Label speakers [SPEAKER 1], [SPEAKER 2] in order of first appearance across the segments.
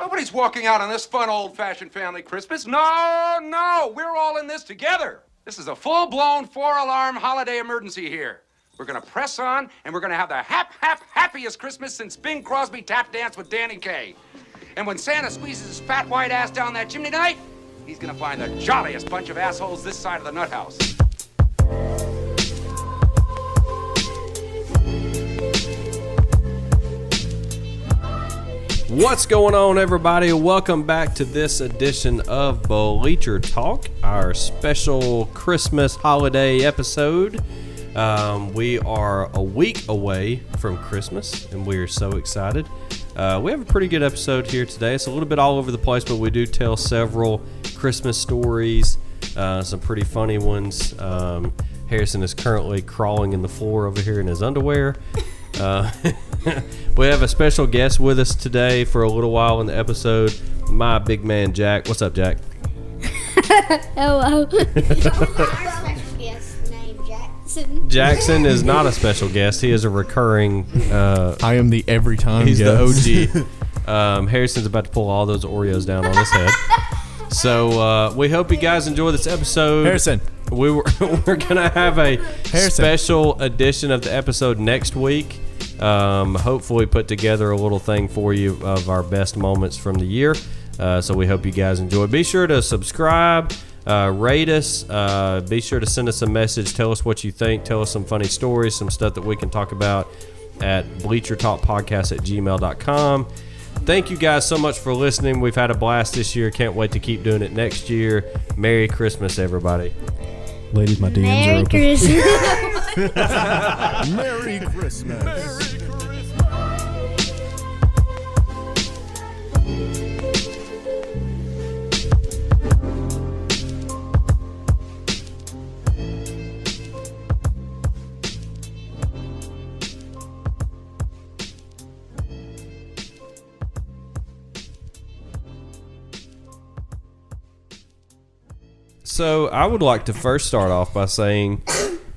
[SPEAKER 1] Nobody's walking out on this fun, old fashioned family Christmas. No, no, we're all in this together. This is a full blown four alarm holiday emergency here. We're gonna press on, and we're gonna have the hap, hap, happiest Christmas since Bing Crosby tap danced with Danny Kaye. And when Santa squeezes his fat white ass down that chimney tonight, he's gonna find the jolliest bunch of assholes this side of the nut house.
[SPEAKER 2] What's going on, everybody? Welcome back to this edition of Bleacher Talk, our special Christmas holiday episode. Um, we are a week away from Christmas, and we are so excited. Uh, we have a pretty good episode here today. It's a little bit all over the place, but we do tell several Christmas stories, uh, some pretty funny ones. Um, Harrison is currently crawling in the floor over here in his underwear. Uh, we have a special guest with us today for a little while in the episode. My big man Jack. What's up, Jack?
[SPEAKER 3] Hello.
[SPEAKER 4] Yes, name
[SPEAKER 3] Jackson.
[SPEAKER 2] Jackson is not a special guest. He is a recurring. Uh,
[SPEAKER 5] I am the every time.
[SPEAKER 2] he's
[SPEAKER 5] guest.
[SPEAKER 2] the OG. Um, Harrison's about to pull all those Oreos down on his head. So uh, we hope you guys enjoy this episode.
[SPEAKER 5] Harrison.
[SPEAKER 2] we were we're gonna have a
[SPEAKER 5] Harrison.
[SPEAKER 2] special edition of the episode next week. Um, hopefully, put together a little thing for you of our best moments from the year. Uh, so we hope you guys enjoy. Be sure to subscribe, uh, rate us. Uh, be sure to send us a message. Tell us what you think. Tell us some funny stories, some stuff that we can talk about at bleachertalkpodcast at gmail.com. Thank you guys so much for listening. We've had a blast this year. Can't wait to keep doing it next year. Merry Christmas, everybody.
[SPEAKER 5] Ladies, my DMs are
[SPEAKER 3] Merry
[SPEAKER 5] open.
[SPEAKER 3] Christmas.
[SPEAKER 5] Merry Christmas.
[SPEAKER 2] So I would like to first start off by saying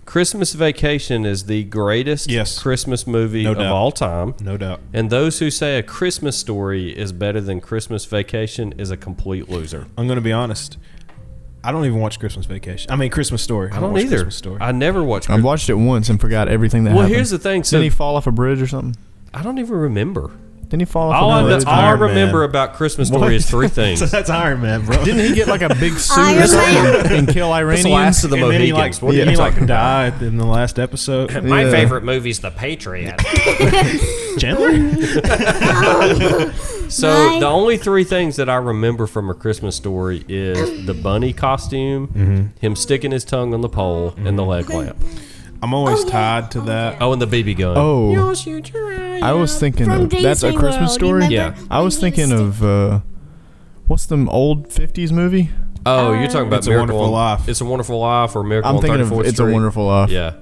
[SPEAKER 2] Christmas Vacation is the greatest
[SPEAKER 5] Yes.
[SPEAKER 2] Christmas movie
[SPEAKER 5] No
[SPEAKER 2] of
[SPEAKER 5] doubt.
[SPEAKER 2] all time.
[SPEAKER 5] No doubt.
[SPEAKER 2] And those who say a Christmas story is better than Christmas Vacation is a complete loser.
[SPEAKER 6] I'm gonna be honest. I don't even watch Christmas Vacation. I mean Christmas Story.
[SPEAKER 2] I don't,
[SPEAKER 6] watch
[SPEAKER 2] either.
[SPEAKER 6] Christmas Story.
[SPEAKER 2] I never watch.
[SPEAKER 5] I
[SPEAKER 2] Chris-
[SPEAKER 5] watched it once and forgot everything that
[SPEAKER 2] well,
[SPEAKER 5] happened.
[SPEAKER 2] here's the thing. So
[SPEAKER 5] Didn't he fall off a bridge or something?
[SPEAKER 2] I don't even remember.
[SPEAKER 5] Didn't he fall off
[SPEAKER 2] All, I,
[SPEAKER 5] a bridge?
[SPEAKER 2] all I
[SPEAKER 6] Iron Man.
[SPEAKER 2] remember about Christmas Story
[SPEAKER 5] What?
[SPEAKER 2] is three things.
[SPEAKER 6] so that's Iron Man, bro.
[SPEAKER 5] Didn't he get like a big suit
[SPEAKER 3] Iron
[SPEAKER 5] or something and kill
[SPEAKER 2] That's
[SPEAKER 5] Iranians?
[SPEAKER 2] the last of the
[SPEAKER 6] and then he like,
[SPEAKER 2] Mohicans. What are
[SPEAKER 6] yeah,
[SPEAKER 2] you
[SPEAKER 6] he like
[SPEAKER 2] talking about?
[SPEAKER 6] died in the last episode.
[SPEAKER 2] My
[SPEAKER 5] Yeah.
[SPEAKER 2] favorite movie's The Patriot.
[SPEAKER 6] Chandler?
[SPEAKER 2] So
[SPEAKER 3] My-
[SPEAKER 2] the only three things that I remember from a Christmas story is the bunny costume,
[SPEAKER 5] Mm-hmm.
[SPEAKER 2] him sticking his tongue on the pole, and the leg clamp.
[SPEAKER 6] I'm always tied to that.
[SPEAKER 2] Oh, and the BB gun.
[SPEAKER 5] Oh, I was thinking
[SPEAKER 3] From
[SPEAKER 5] of, that's
[SPEAKER 3] Disney
[SPEAKER 5] a Christmas
[SPEAKER 3] World,
[SPEAKER 5] story.
[SPEAKER 3] remember?
[SPEAKER 2] Yeah.
[SPEAKER 5] I was thinking of uh, what's them old '50s movie?
[SPEAKER 2] oh, you're talking about
[SPEAKER 6] It's a
[SPEAKER 2] Miracle
[SPEAKER 6] Wonderful
[SPEAKER 2] on-
[SPEAKER 6] Life.
[SPEAKER 2] It's a Wonderful Life or Miracle
[SPEAKER 5] I'm
[SPEAKER 2] on
[SPEAKER 5] thinking
[SPEAKER 2] 34th
[SPEAKER 5] of It's
[SPEAKER 2] Street.
[SPEAKER 5] a Wonderful Life.
[SPEAKER 2] Yeah.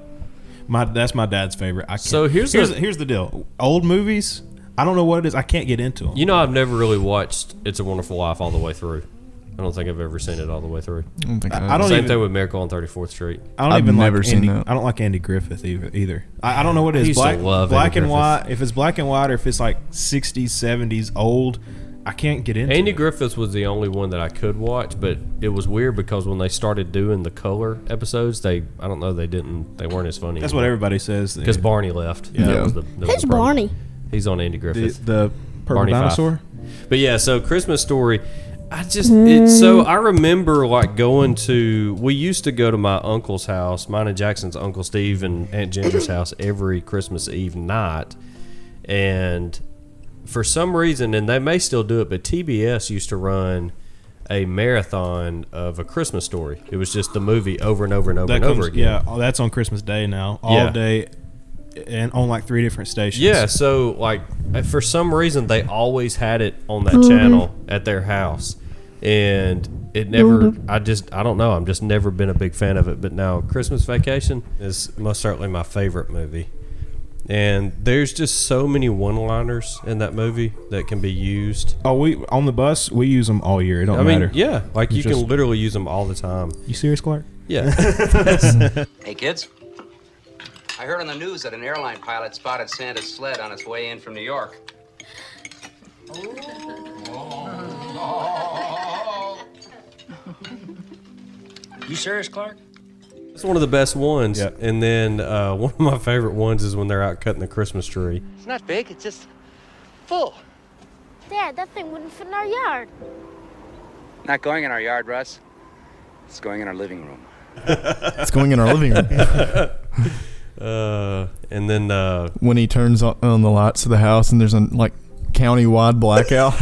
[SPEAKER 6] My that's my dad's favorite. I can't.
[SPEAKER 2] So here's
[SPEAKER 6] here's,
[SPEAKER 2] a-
[SPEAKER 6] here's the deal. Old movies. I don't know what it is. I can't get into them.
[SPEAKER 2] You know, I've never really watched It's a Wonderful Life all the way through. I don't think I've ever seen it all the way through.
[SPEAKER 5] I don't think I,
[SPEAKER 6] I don't
[SPEAKER 2] Same
[SPEAKER 6] even.
[SPEAKER 2] thing with Miracle on 34th Street.
[SPEAKER 6] I don't
[SPEAKER 5] I've
[SPEAKER 6] even
[SPEAKER 5] never
[SPEAKER 6] like
[SPEAKER 5] seen
[SPEAKER 6] Andy,
[SPEAKER 5] that.
[SPEAKER 6] I don't like Andy Griffith either. either. I, I don't know what it
[SPEAKER 2] I
[SPEAKER 6] is.
[SPEAKER 2] used to
[SPEAKER 6] black
[SPEAKER 2] love
[SPEAKER 6] black
[SPEAKER 2] Andy
[SPEAKER 6] and
[SPEAKER 2] Griffith.
[SPEAKER 6] white. If it's black and white, or if it's like 60s, 70s, old. I can't get into.
[SPEAKER 2] Andy
[SPEAKER 6] it.
[SPEAKER 2] Griffiths was the only one that I could watch, but it was weird because when they started doing the color episodes, they I don't know they didn't they weren't as funny.
[SPEAKER 6] That's what everybody says.
[SPEAKER 2] because Barney left. Yeah,
[SPEAKER 5] Yeah.
[SPEAKER 2] That was the, that was
[SPEAKER 3] Who's
[SPEAKER 2] the problem.
[SPEAKER 3] Barney?
[SPEAKER 2] He's on Andy
[SPEAKER 6] the,
[SPEAKER 2] Griffith.
[SPEAKER 6] the purple
[SPEAKER 2] Barney Fife.
[SPEAKER 6] dinosaur.
[SPEAKER 2] But yeah, so Christmas story. I just it's so I remember like going to we used to go to my uncle's house, mine and Jackson's uncle Steve and Aunt Ginger's house every Christmas Eve night, and for some reason, and they may still do it, but TBS used to run a marathon of a Christmas story. It was just the movie over and over and over
[SPEAKER 6] That
[SPEAKER 2] and
[SPEAKER 6] comes,
[SPEAKER 2] over again.
[SPEAKER 6] yeah, oh, that's on Christmas Day now, all
[SPEAKER 2] Yeah.
[SPEAKER 6] day, and on like three different stations.
[SPEAKER 2] Yeah, so like uh, for some reason they always had it on that channel at their house, and it never. I just I don't know. I'm just never been a big fan of it. But now Christmas Vacation is most certainly my favorite movie, and there's just so many one-liners in that movie that can be used.
[SPEAKER 6] Oh, we on the bus we use them all year. It don't
[SPEAKER 2] I mean,
[SPEAKER 6] matter.
[SPEAKER 2] yeah, like you
[SPEAKER 6] Just-
[SPEAKER 2] can literally use them all the time.
[SPEAKER 6] You serious, Clark?
[SPEAKER 2] Yeah,
[SPEAKER 1] Hey, kids. I heard on the news that an airline pilot spotted Santa's sled on its way in from New York.
[SPEAKER 4] You serious, Clark?
[SPEAKER 2] It's one of the best ones.
[SPEAKER 6] Yeah.
[SPEAKER 2] And then uh, one of my favorite ones is when they're out cutting the Christmas tree.
[SPEAKER 7] It's not big, it's just full.
[SPEAKER 3] Dad, that thing wouldn't fit in our yard.
[SPEAKER 1] Not going in our yard, Russ. It's going in our living room.
[SPEAKER 5] It's going in our living room.
[SPEAKER 2] Uh, and then uh,
[SPEAKER 5] when he turns on, on the lights of the house and there's a like county-wide blackout.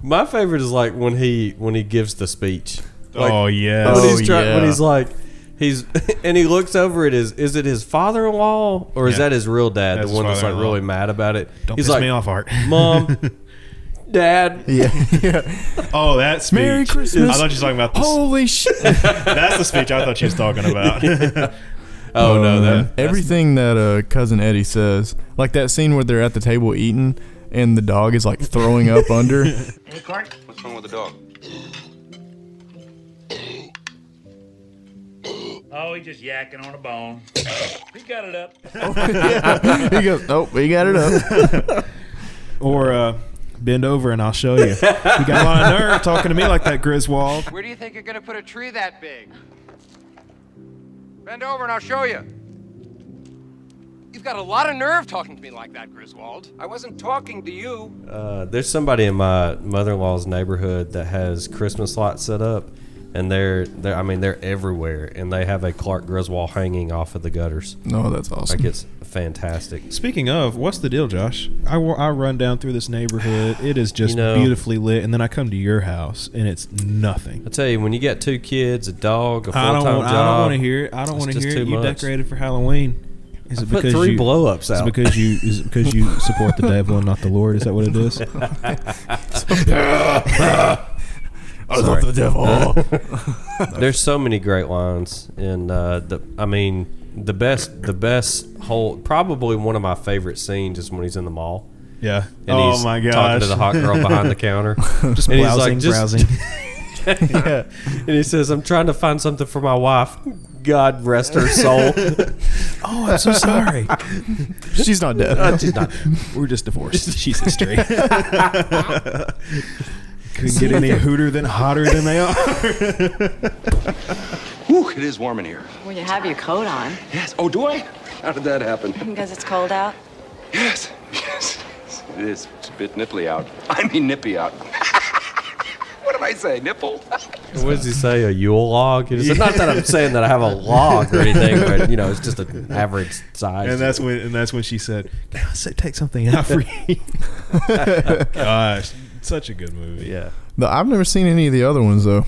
[SPEAKER 2] my favorite is like when he when he gives the speech. Like,
[SPEAKER 6] oh yeah.
[SPEAKER 2] when
[SPEAKER 5] Oh,
[SPEAKER 2] he's trying, when
[SPEAKER 5] yeah.
[SPEAKER 2] he's like, he's and he looks over at his is it his father in law or is
[SPEAKER 6] Yeah.
[SPEAKER 2] that his real dad,
[SPEAKER 6] That's
[SPEAKER 2] the one
[SPEAKER 6] his
[SPEAKER 2] that's like
[SPEAKER 6] father-in-law.
[SPEAKER 2] really mad about it?
[SPEAKER 6] Don't
[SPEAKER 2] he's
[SPEAKER 6] piss
[SPEAKER 2] like,
[SPEAKER 6] me off, Art.
[SPEAKER 2] Mom, Dad,
[SPEAKER 5] yeah, yeah.
[SPEAKER 6] Oh, that's
[SPEAKER 5] Merry Christmas.
[SPEAKER 6] I thought you were talking about this.
[SPEAKER 5] Holy shit!
[SPEAKER 6] That's the speech I thought she was talking about.
[SPEAKER 2] oh no,
[SPEAKER 5] Uh,
[SPEAKER 2] that,
[SPEAKER 5] everything that uh, cousin Eddie says, like that scene where they're at the table eating and the dog is like throwing up under.
[SPEAKER 4] Hey, Clark?
[SPEAKER 1] What's wrong with the dog?
[SPEAKER 4] Oh, he's just yakking on a bone. he got it up.
[SPEAKER 5] He goes, "Oh, he got it up."
[SPEAKER 6] or uh, bend over and I'll show you. You got a lot of nerve talking to me like that, Griswold.
[SPEAKER 1] Where do you think you're gonna put a tree that big? Bend over and I'll show you.
[SPEAKER 7] You've got a lot of nerve talking to me like that, Griswold.
[SPEAKER 1] I wasn't talking to you.
[SPEAKER 2] Uh, there's somebody in my mother-in-law's neighborhood that has Christmas lights set up, and they're they're I mean they're everywhere, and they have a Clark Griswold hanging off of the gutters.
[SPEAKER 5] No, that's awesome.
[SPEAKER 2] Like it's fantastic.
[SPEAKER 6] Speaking of, what's the deal, Josh? I, wa- I run down through this neighborhood. It is just
[SPEAKER 2] You know-
[SPEAKER 6] beautifully lit, and then I come to your house and it's nothing.
[SPEAKER 2] I tell you, when you got two kids, a dog, a
[SPEAKER 6] I
[SPEAKER 2] full-time
[SPEAKER 6] don't.
[SPEAKER 2] job,
[SPEAKER 6] Want, I don't want to hear it. I don't
[SPEAKER 2] it's
[SPEAKER 6] want to
[SPEAKER 2] just
[SPEAKER 6] hear it.
[SPEAKER 2] too
[SPEAKER 6] You
[SPEAKER 2] much.
[SPEAKER 6] decorated for Halloween. Is it
[SPEAKER 2] Put three blow-ups
[SPEAKER 6] Is
[SPEAKER 2] out.
[SPEAKER 6] it because you is it because you support the devil and not the Lord? Is that what it is?
[SPEAKER 5] I love the devil.
[SPEAKER 2] There's so many great lines, and uh, the I mean the best the best whole probably one of my favorite scenes is when he's in the mall
[SPEAKER 6] Yeah. Oh
[SPEAKER 2] and he's talking to the hot girl behind the counter,
[SPEAKER 6] Just
[SPEAKER 2] and
[SPEAKER 6] browsing,
[SPEAKER 2] he's like just
[SPEAKER 6] browsing.
[SPEAKER 2] and he says I'm trying to find something for my wife. God rest her soul.
[SPEAKER 6] oh, I'm so sorry.
[SPEAKER 5] She's not dead.
[SPEAKER 2] She's not
[SPEAKER 6] We're just divorced. She's history. Couldn't get any hooter than hotter than they are.
[SPEAKER 1] Whew, it is warm in here.
[SPEAKER 8] Well, you have your coat on
[SPEAKER 1] Yes. Oh, do I? How did that happen?
[SPEAKER 8] because it's cold out.
[SPEAKER 1] Yes. Yes. It is. It's a bit nipply out. I mean nippy out. what did I say? Nipple?
[SPEAKER 2] What does he say? A Yule log? He said, Not that I'm saying that I have a log or anything, but you know, it's just an average size.
[SPEAKER 6] And that's when and that's when she said, "Can I say- take something out for you?" Gosh, such a good movie.
[SPEAKER 2] yeah.
[SPEAKER 5] No, I've never seen any of the other ones though.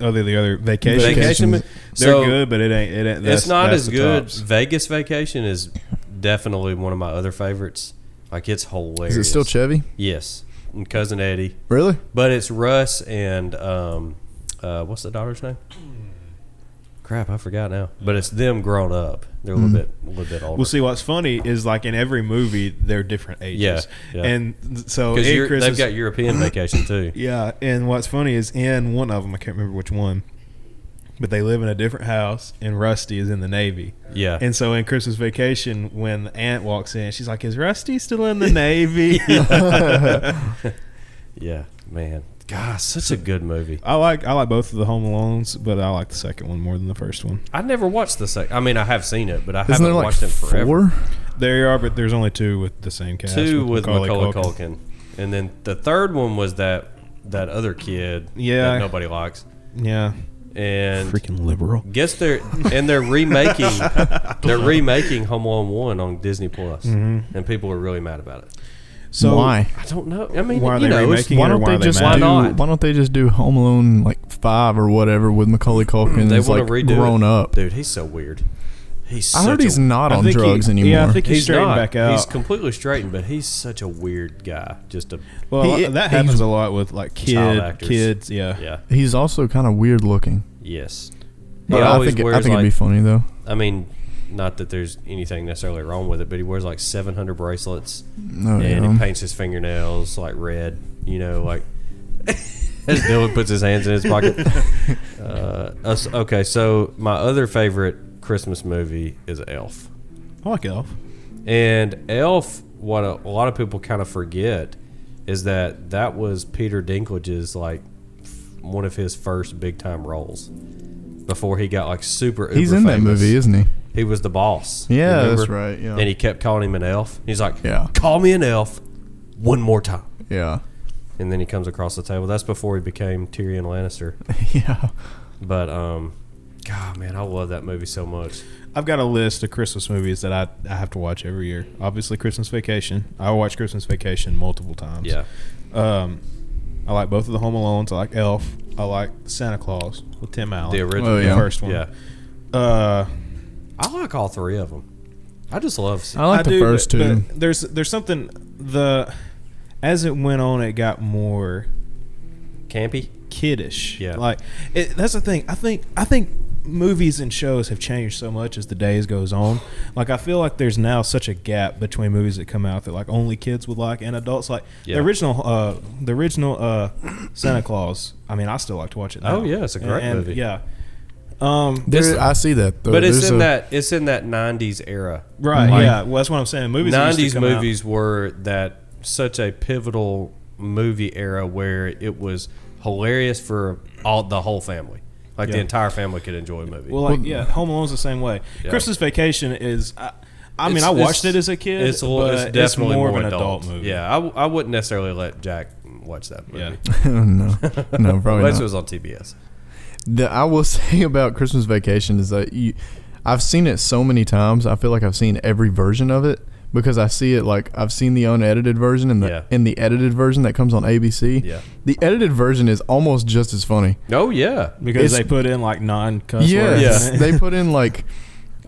[SPEAKER 6] Other the other vacation.
[SPEAKER 2] Vacation.
[SPEAKER 6] They're
[SPEAKER 2] So,
[SPEAKER 6] good, but it ain't. It ain't. That's,
[SPEAKER 2] it's not
[SPEAKER 6] that's
[SPEAKER 2] as
[SPEAKER 6] the
[SPEAKER 2] good.
[SPEAKER 6] tops.
[SPEAKER 2] Vegas Vacation is definitely one of my other favorites. Like it's hilarious.
[SPEAKER 5] Is it still Chevy?
[SPEAKER 2] Yes, and cousin Eddie,
[SPEAKER 5] Really?
[SPEAKER 2] but it's Russ and um, uh, what's the daughter's name? Crap, I forgot now. But it's them grown up. They're a little bit,
[SPEAKER 5] Mm-hmm.
[SPEAKER 2] a little bit older.
[SPEAKER 6] Well, see, what's funny is like in every movie, they're different ages.
[SPEAKER 2] Yeah, yeah.
[SPEAKER 6] And th- so
[SPEAKER 2] because
[SPEAKER 6] Ed
[SPEAKER 2] you're-
[SPEAKER 6] Chris
[SPEAKER 2] they've
[SPEAKER 6] is-
[SPEAKER 2] got European vacation too.
[SPEAKER 6] Yeah, and what's funny is in one of them, I can't remember which one, but they live in a different house, and Rusty is in the Navy.
[SPEAKER 2] Yeah.
[SPEAKER 6] And so in Christmas Vacation, when the aunt walks in, she's like, "Is Rusty still in the Navy?"
[SPEAKER 2] Yeah, man. God, such a good movie.
[SPEAKER 6] I like I like both of the Home Alones, but I like the second one more than the first one.
[SPEAKER 2] I never watched the second. I mean, I have seen it, but I
[SPEAKER 5] Isn't
[SPEAKER 2] haven't
[SPEAKER 5] there like
[SPEAKER 2] watched it in forever.
[SPEAKER 5] four?
[SPEAKER 6] There are, but there's only two with the same cast.
[SPEAKER 2] Two with Macaulay
[SPEAKER 6] Culkin.
[SPEAKER 2] Culkin. and then the third one was that that other kid.
[SPEAKER 6] Yeah.
[SPEAKER 2] that nobody likes.
[SPEAKER 6] Yeah,
[SPEAKER 2] And
[SPEAKER 6] freaking liberal.
[SPEAKER 2] guess they're and they're remaking they're remaking Home Alone one on Disney Plus, and people are really mad about it.
[SPEAKER 6] So
[SPEAKER 5] why?
[SPEAKER 2] I don't know. I mean,
[SPEAKER 6] Why are
[SPEAKER 2] you
[SPEAKER 6] they
[SPEAKER 2] know, it's-
[SPEAKER 6] remaking it?
[SPEAKER 5] Why
[SPEAKER 6] or
[SPEAKER 5] don't
[SPEAKER 6] why
[SPEAKER 5] they
[SPEAKER 6] are they
[SPEAKER 5] just
[SPEAKER 6] mad?
[SPEAKER 5] do?
[SPEAKER 2] Why not?
[SPEAKER 5] Why don't they just do Home Alone like five or whatever with Macaulay Culkin?
[SPEAKER 2] they
[SPEAKER 5] as,
[SPEAKER 2] want
[SPEAKER 5] like
[SPEAKER 2] to redo
[SPEAKER 5] grown
[SPEAKER 2] it.
[SPEAKER 5] up.
[SPEAKER 2] dude. He's so weird. He's
[SPEAKER 5] I
[SPEAKER 2] such
[SPEAKER 5] heard
[SPEAKER 2] a
[SPEAKER 5] he's not
[SPEAKER 6] I
[SPEAKER 5] on
[SPEAKER 6] think he-
[SPEAKER 5] drugs anymore.
[SPEAKER 6] Yeah, I think he's,
[SPEAKER 2] He's
[SPEAKER 6] straightened
[SPEAKER 2] not.
[SPEAKER 6] back out.
[SPEAKER 2] He's completely straightened, but he's such a weird guy. Just a
[SPEAKER 6] well,
[SPEAKER 5] he-
[SPEAKER 6] that
[SPEAKER 5] he's-
[SPEAKER 6] happens a lot with like
[SPEAKER 2] Child
[SPEAKER 6] kid
[SPEAKER 2] actors.
[SPEAKER 6] kids. Yeah,
[SPEAKER 2] yeah.
[SPEAKER 5] He's also kind of weird looking.
[SPEAKER 2] Yes. He
[SPEAKER 5] But I
[SPEAKER 2] always
[SPEAKER 5] think it- I
[SPEAKER 2] wears
[SPEAKER 5] think it'd be
[SPEAKER 2] like-
[SPEAKER 5] funny though.
[SPEAKER 2] I mean, not that there's anything necessarily wrong with it, but he wears like 700 bracelets
[SPEAKER 5] No,
[SPEAKER 2] and
[SPEAKER 5] yeah.
[SPEAKER 2] he paints his fingernails like red. You know, like as Dylan puts his hands in his pocket. Uh, us- okay, so my other favorite Christmas movie is Elf.
[SPEAKER 6] I like Elf.
[SPEAKER 2] And Elf, what a, a lot of people kind of forget is that that was Peter Dinklage's like f- one of his first big time roles before he got like super. Uber
[SPEAKER 5] He's in that
[SPEAKER 2] famous.
[SPEAKER 5] movie, isn't he?
[SPEAKER 2] He was the boss.
[SPEAKER 5] Yeah, that's
[SPEAKER 2] remember?
[SPEAKER 5] right, yeah.
[SPEAKER 2] And he kept calling him an elf. He's like,
[SPEAKER 5] Yeah.
[SPEAKER 2] call me an elf one more time.
[SPEAKER 5] Yeah.
[SPEAKER 2] And then he comes across the table. That's before he became Tyrion Lannister.
[SPEAKER 5] Yeah.
[SPEAKER 2] But um, God, man, I love that movie so much.
[SPEAKER 6] I've got a list of Christmas movies that I, I have to watch every year. Obviously, Christmas Vacation. I watch Christmas Vacation multiple times.
[SPEAKER 2] Yeah,
[SPEAKER 6] Um, I like both of the Home Alones. I like Elf. I like Santa Claus with Tim Allen.
[SPEAKER 2] the original.
[SPEAKER 5] Oh,
[SPEAKER 6] The
[SPEAKER 5] yeah.
[SPEAKER 6] first one.
[SPEAKER 2] Yeah,
[SPEAKER 6] Uh,
[SPEAKER 2] I like all three of them. I just love.
[SPEAKER 5] I like the
[SPEAKER 6] do,
[SPEAKER 5] first
[SPEAKER 6] but-
[SPEAKER 5] two.
[SPEAKER 6] but there's there's something the as it went on, it got more
[SPEAKER 2] campy.
[SPEAKER 6] kiddish.
[SPEAKER 2] Yeah.
[SPEAKER 6] like it, that's the thing. I think I think movies and shows have changed so much as the days goes on. Like I feel like there's now such a gap between movies that come out that like only kids would like and adults like
[SPEAKER 2] Yeah.
[SPEAKER 6] the original uh the original uh Santa Claus. I mean, I still like to watch it. Now.
[SPEAKER 2] Oh, yeah, it's a
[SPEAKER 6] And-
[SPEAKER 2] great
[SPEAKER 6] and,
[SPEAKER 2] movie.
[SPEAKER 6] Yeah. Um,
[SPEAKER 5] There's, I see that. Though.
[SPEAKER 2] But it's
[SPEAKER 5] There's
[SPEAKER 2] in
[SPEAKER 5] a-
[SPEAKER 2] that it's in that '90s era.
[SPEAKER 6] right.
[SPEAKER 5] Like-
[SPEAKER 6] yeah. Well, that's what I'm saying. Movies. that used to
[SPEAKER 2] '90s
[SPEAKER 6] come out-
[SPEAKER 2] movies were that such a pivotal movie era where it was hilarious for all the whole family. Like the
[SPEAKER 6] Yeah.
[SPEAKER 2] entire family could enjoy a movie.
[SPEAKER 6] Well, like yeah, Home Alone's the same way.
[SPEAKER 2] Yeah.
[SPEAKER 6] Christmas Vacation is. I, I mean,
[SPEAKER 2] It's-
[SPEAKER 6] I watched
[SPEAKER 2] it's-
[SPEAKER 6] it as a kid.
[SPEAKER 2] It's, a little,
[SPEAKER 6] but
[SPEAKER 2] it's definitely
[SPEAKER 6] more, of an adult, movie.
[SPEAKER 2] Yeah, I, w- I wouldn't necessarily let Jack watch that movie.
[SPEAKER 6] Yeah.
[SPEAKER 5] no, no, probably
[SPEAKER 2] Unless it
[SPEAKER 5] not.
[SPEAKER 2] was on TBS.
[SPEAKER 5] The, I will say about Christmas Vacation is that you, I've seen it so many times. I feel like I've seen every version of it because I see it like I've seen the unedited version and the
[SPEAKER 2] Yeah.
[SPEAKER 5] and the edited version that comes on ABC.
[SPEAKER 2] Yeah.
[SPEAKER 5] the edited version is almost just as funny.
[SPEAKER 2] Oh yeah,
[SPEAKER 6] because
[SPEAKER 5] It's-
[SPEAKER 6] they put in like non cuss
[SPEAKER 5] Yes,
[SPEAKER 2] Yeah.
[SPEAKER 5] they put in like.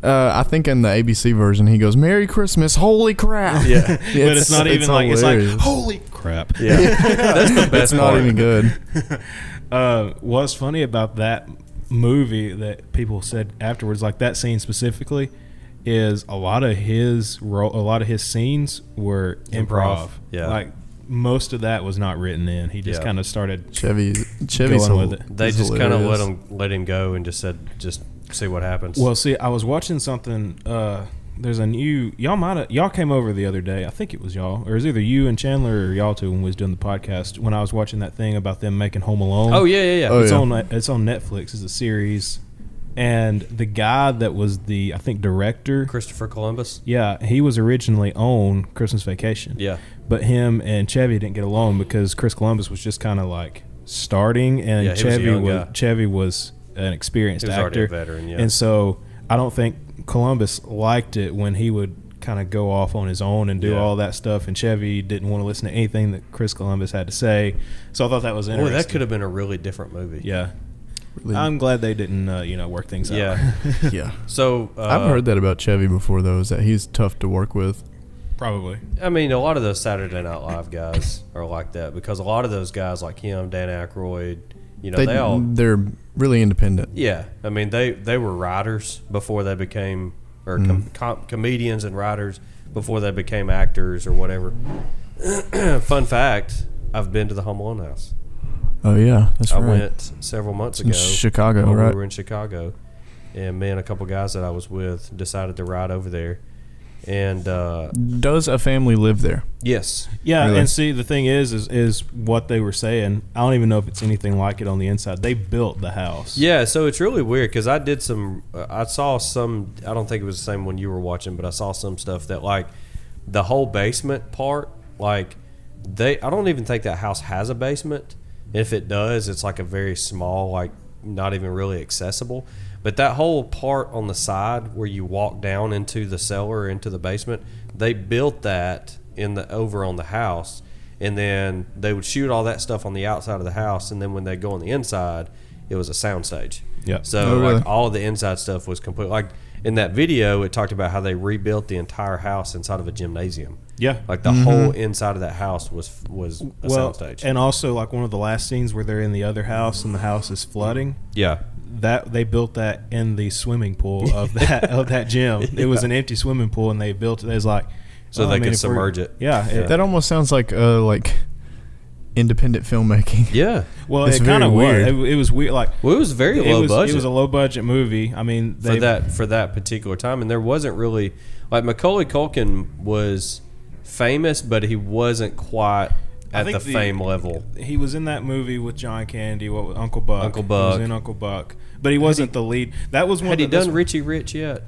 [SPEAKER 5] Uh, I think in the ABC version, he goes, "Merry Christmas, holy crap!"
[SPEAKER 2] yeah,
[SPEAKER 6] but it's not even like it's like
[SPEAKER 5] hilarious.
[SPEAKER 6] holy crap.
[SPEAKER 2] yeah. That's the best
[SPEAKER 5] it's not
[SPEAKER 2] part.
[SPEAKER 5] even good.
[SPEAKER 6] Uh, what's funny about that movie that people said afterwards, like that scene specifically, is a lot of his role, a lot of his scenes were improv.
[SPEAKER 2] Improv, yeah.
[SPEAKER 6] like most of that was not written in. He just
[SPEAKER 2] Yeah.
[SPEAKER 6] kind of started.
[SPEAKER 5] Chevy, Chevy's
[SPEAKER 6] Going with
[SPEAKER 5] hil-
[SPEAKER 6] it.
[SPEAKER 2] They
[SPEAKER 5] is
[SPEAKER 2] just kind of let
[SPEAKER 5] hilarious.
[SPEAKER 2] him let him go and just said just see what happens.
[SPEAKER 6] Well, see, I was watching something. Uh, there's a new y'all might have, y'all came over the other day. I think it was y'all, or it was either you and Chandler or y'all two when we was doing the podcast. When I was watching that thing about them making Home Alone.
[SPEAKER 2] oh yeah, yeah, yeah.
[SPEAKER 5] Oh,
[SPEAKER 6] it's
[SPEAKER 5] yeah.
[SPEAKER 6] on it's on Netflix. It's a series, and the guy that was the I think director.
[SPEAKER 2] Christopher Columbus.
[SPEAKER 6] Yeah, he was originally on Christmas Vacation.
[SPEAKER 2] Yeah.
[SPEAKER 6] but him and Chevy didn't get along because Chris Columbus was just kind of like starting, and
[SPEAKER 2] Yeah, he was a
[SPEAKER 6] Chevy
[SPEAKER 2] young
[SPEAKER 6] was,
[SPEAKER 2] guy.
[SPEAKER 6] Chevy was an experienced
[SPEAKER 2] He was already
[SPEAKER 6] actor,
[SPEAKER 2] a veteran, yeah.
[SPEAKER 6] and so I don't think Columbus liked it when he would kind of go off on his own and do
[SPEAKER 2] Yeah.
[SPEAKER 6] all that stuff, and Chevy didn't want to listen to anything that Chris Columbus had to say. So I thought that was
[SPEAKER 2] Boy,
[SPEAKER 6] interesting.
[SPEAKER 2] that could have been a really different movie.
[SPEAKER 6] yeah. I'm glad they didn't, uh, you know, work things out.
[SPEAKER 2] yeah.
[SPEAKER 5] Yeah,
[SPEAKER 2] So uh,
[SPEAKER 5] I've heard that about Chevy before, though, is that he's tough to work with.
[SPEAKER 6] probably.
[SPEAKER 2] I mean, a lot of those Saturday Night Live guys are like that because a lot of those guys, like him, Dan Aykroyd, you know,
[SPEAKER 5] They,
[SPEAKER 2] they, all,
[SPEAKER 5] they are really independent.
[SPEAKER 2] yeah. I mean, they they were writers before they became or
[SPEAKER 5] Hmm.
[SPEAKER 2] com- com- comedians and writers before they became actors or whatever. Fun fact: I've been to the Home Alone house.
[SPEAKER 5] Oh yeah, that's
[SPEAKER 2] I
[SPEAKER 5] right.
[SPEAKER 2] went several months ago.
[SPEAKER 5] Chicago,
[SPEAKER 2] when
[SPEAKER 5] right?
[SPEAKER 2] We were in Chicago, and me and a couple guys that I was with decided to ride over there. And uh,
[SPEAKER 5] Does a family live there?
[SPEAKER 2] yes,
[SPEAKER 6] Yeah,
[SPEAKER 5] Really?
[SPEAKER 6] and see, the thing is, is, is what they were saying. I don't even know if it's anything like it on the inside. They built the house.
[SPEAKER 2] Yeah, so it's really weird because I did some, uh, I saw some, I don't think it was the same one you were watching, but I saw some stuff that like the whole basement part, like they, I don't even think that house has a basement. If it does, it's like a very small, like not even really accessible. But that whole part on the side where you walk down into the cellar, into the basement, they built that in the over on the house and then they would shoot all that stuff on the outside of the house and then when they go on the inside it was a soundstage
[SPEAKER 6] Yeah.
[SPEAKER 2] so
[SPEAKER 5] Oh, really?
[SPEAKER 2] like all the inside stuff was complete like in that video it talked about how they rebuilt the entire house inside of a gymnasium
[SPEAKER 6] Yeah.
[SPEAKER 2] like the whole inside of that house was was a
[SPEAKER 6] well,
[SPEAKER 2] soundstage
[SPEAKER 6] and also like one of the last scenes where they're in the other house and the house is flooding.
[SPEAKER 2] yeah
[SPEAKER 6] That they built that in the swimming pool of that of that gym. It was an empty swimming pool, and they built it. It was like
[SPEAKER 2] So
[SPEAKER 6] oh,
[SPEAKER 2] they
[SPEAKER 6] I mean,
[SPEAKER 2] could
[SPEAKER 6] if we're-
[SPEAKER 2] submerge it.
[SPEAKER 6] Yeah, it-
[SPEAKER 5] That almost sounds like uh like independent filmmaking.
[SPEAKER 2] yeah
[SPEAKER 6] well,
[SPEAKER 5] It's
[SPEAKER 6] it kind of
[SPEAKER 5] very
[SPEAKER 6] was.
[SPEAKER 5] weird.
[SPEAKER 6] It, it was weird. Like
[SPEAKER 2] well it was very
[SPEAKER 6] it
[SPEAKER 2] low
[SPEAKER 6] was,
[SPEAKER 2] budget
[SPEAKER 6] It was a low budget movie. I mean,
[SPEAKER 2] for
[SPEAKER 6] they,
[SPEAKER 2] that for that particular time, and there wasn't really like Macaulay Culkin was famous, but he wasn't quite at the,
[SPEAKER 6] think the-
[SPEAKER 2] fame level.
[SPEAKER 6] He was in that movie with John Candy, what was- Uncle Buck.
[SPEAKER 2] Uncle
[SPEAKER 6] He
[SPEAKER 2] Buck.
[SPEAKER 6] was in Uncle Buck, but he wasn't the lead. That was one.
[SPEAKER 2] Had he
[SPEAKER 6] that, that's-
[SPEAKER 2] done Richie Rich yet?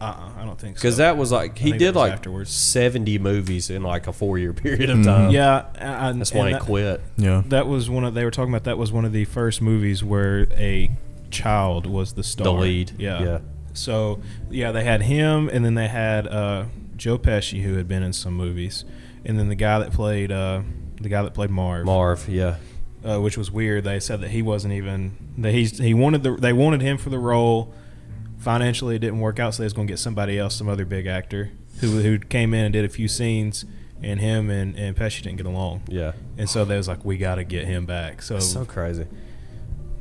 [SPEAKER 6] Uh-uh, I don't think so.
[SPEAKER 2] Because that was like he
[SPEAKER 6] think
[SPEAKER 2] did
[SPEAKER 6] that was
[SPEAKER 2] like
[SPEAKER 6] afterwards.
[SPEAKER 2] seventy movies in like a four year period of time.
[SPEAKER 6] yeah, I, I-
[SPEAKER 2] that's why
[SPEAKER 6] and
[SPEAKER 2] he
[SPEAKER 6] that-
[SPEAKER 2] quit.
[SPEAKER 5] Yeah.
[SPEAKER 6] That was one of they were talking about. That was one of the first movies where a child was the star,
[SPEAKER 2] lead,
[SPEAKER 6] Yeah.
[SPEAKER 2] yeah.
[SPEAKER 6] So yeah, they had him, and then they had uh, Joe Pesci, who had been in some movies, and then the guy that played uh, the guy that played Marv,
[SPEAKER 2] Marv, yeah,
[SPEAKER 6] uh, which was weird. They said that he wasn't even that he's he wanted the they wanted him for the role. Financially, it didn't work out, so they was going to get somebody else, some other big actor who who came in and did a few scenes, and him and and Pesci didn't get along.
[SPEAKER 2] yeah.
[SPEAKER 6] And so they was like, we got to get him back. So,
[SPEAKER 2] So crazy.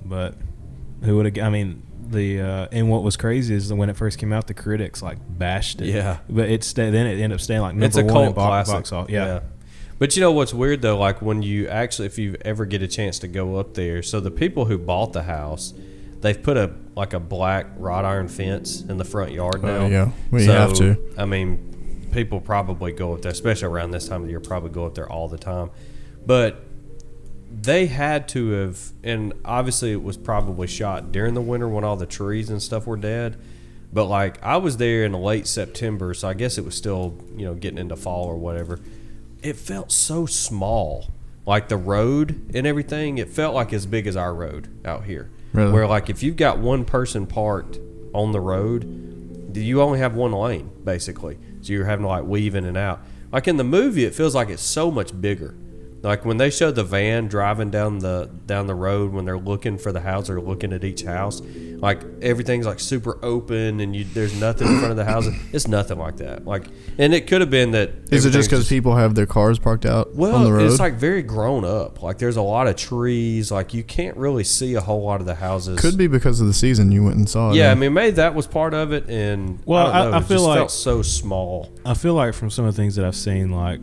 [SPEAKER 6] but who would have? I mean, the uh, and what was crazy is that when it first came out, the critics like bashed it.
[SPEAKER 2] Yeah.
[SPEAKER 6] but it stay, then it ended up staying like number
[SPEAKER 2] It's a
[SPEAKER 6] one
[SPEAKER 2] cult
[SPEAKER 6] in bo-
[SPEAKER 2] classic.
[SPEAKER 6] box office. Yeah.
[SPEAKER 2] But you know what's weird though, like when you actually, if you ever get a chance to go up there, so the people who bought the house, they've put a like a black wrought iron fence in the front yard now.
[SPEAKER 5] yeah. Well, you have to.
[SPEAKER 2] I mean, people probably go up there, especially around this time of year. Probably go up there all the time, but they had to have, and obviously it was probably shot during the winter when all the trees and stuff were dead. But like I was there in late September, so I guess it was still you know getting into fall or whatever. It felt so small, like the road and everything. It felt like as big as our road out here.
[SPEAKER 5] Really?
[SPEAKER 2] Where like if you've got one person parked on the road, do you only have one lane basically? So you're having to like weave in and out. Like in the movie, it feels like it's so much bigger. Like when they show the van driving down the down the road when they're looking for the house, they're looking at each house. Like everything's like super open, and you there's nothing in front of the houses. It's nothing like that. Like, and it could have been that.
[SPEAKER 5] Is it
[SPEAKER 2] everything's
[SPEAKER 5] just because people have their cars parked out
[SPEAKER 2] well,
[SPEAKER 5] on the road?
[SPEAKER 2] it's like very grown up. Like there's a lot of trees. Like you can't really see a whole lot of the houses.
[SPEAKER 5] Could be because of the season you went and saw it.
[SPEAKER 2] Yeah, I
[SPEAKER 5] in.
[SPEAKER 2] mean, maybe that was part of it. And
[SPEAKER 6] Well,
[SPEAKER 2] I, don't know,
[SPEAKER 6] I- I
[SPEAKER 2] it
[SPEAKER 6] feel
[SPEAKER 2] just
[SPEAKER 6] like-
[SPEAKER 2] felt so small.
[SPEAKER 6] I feel like from some of the things that I've seen, like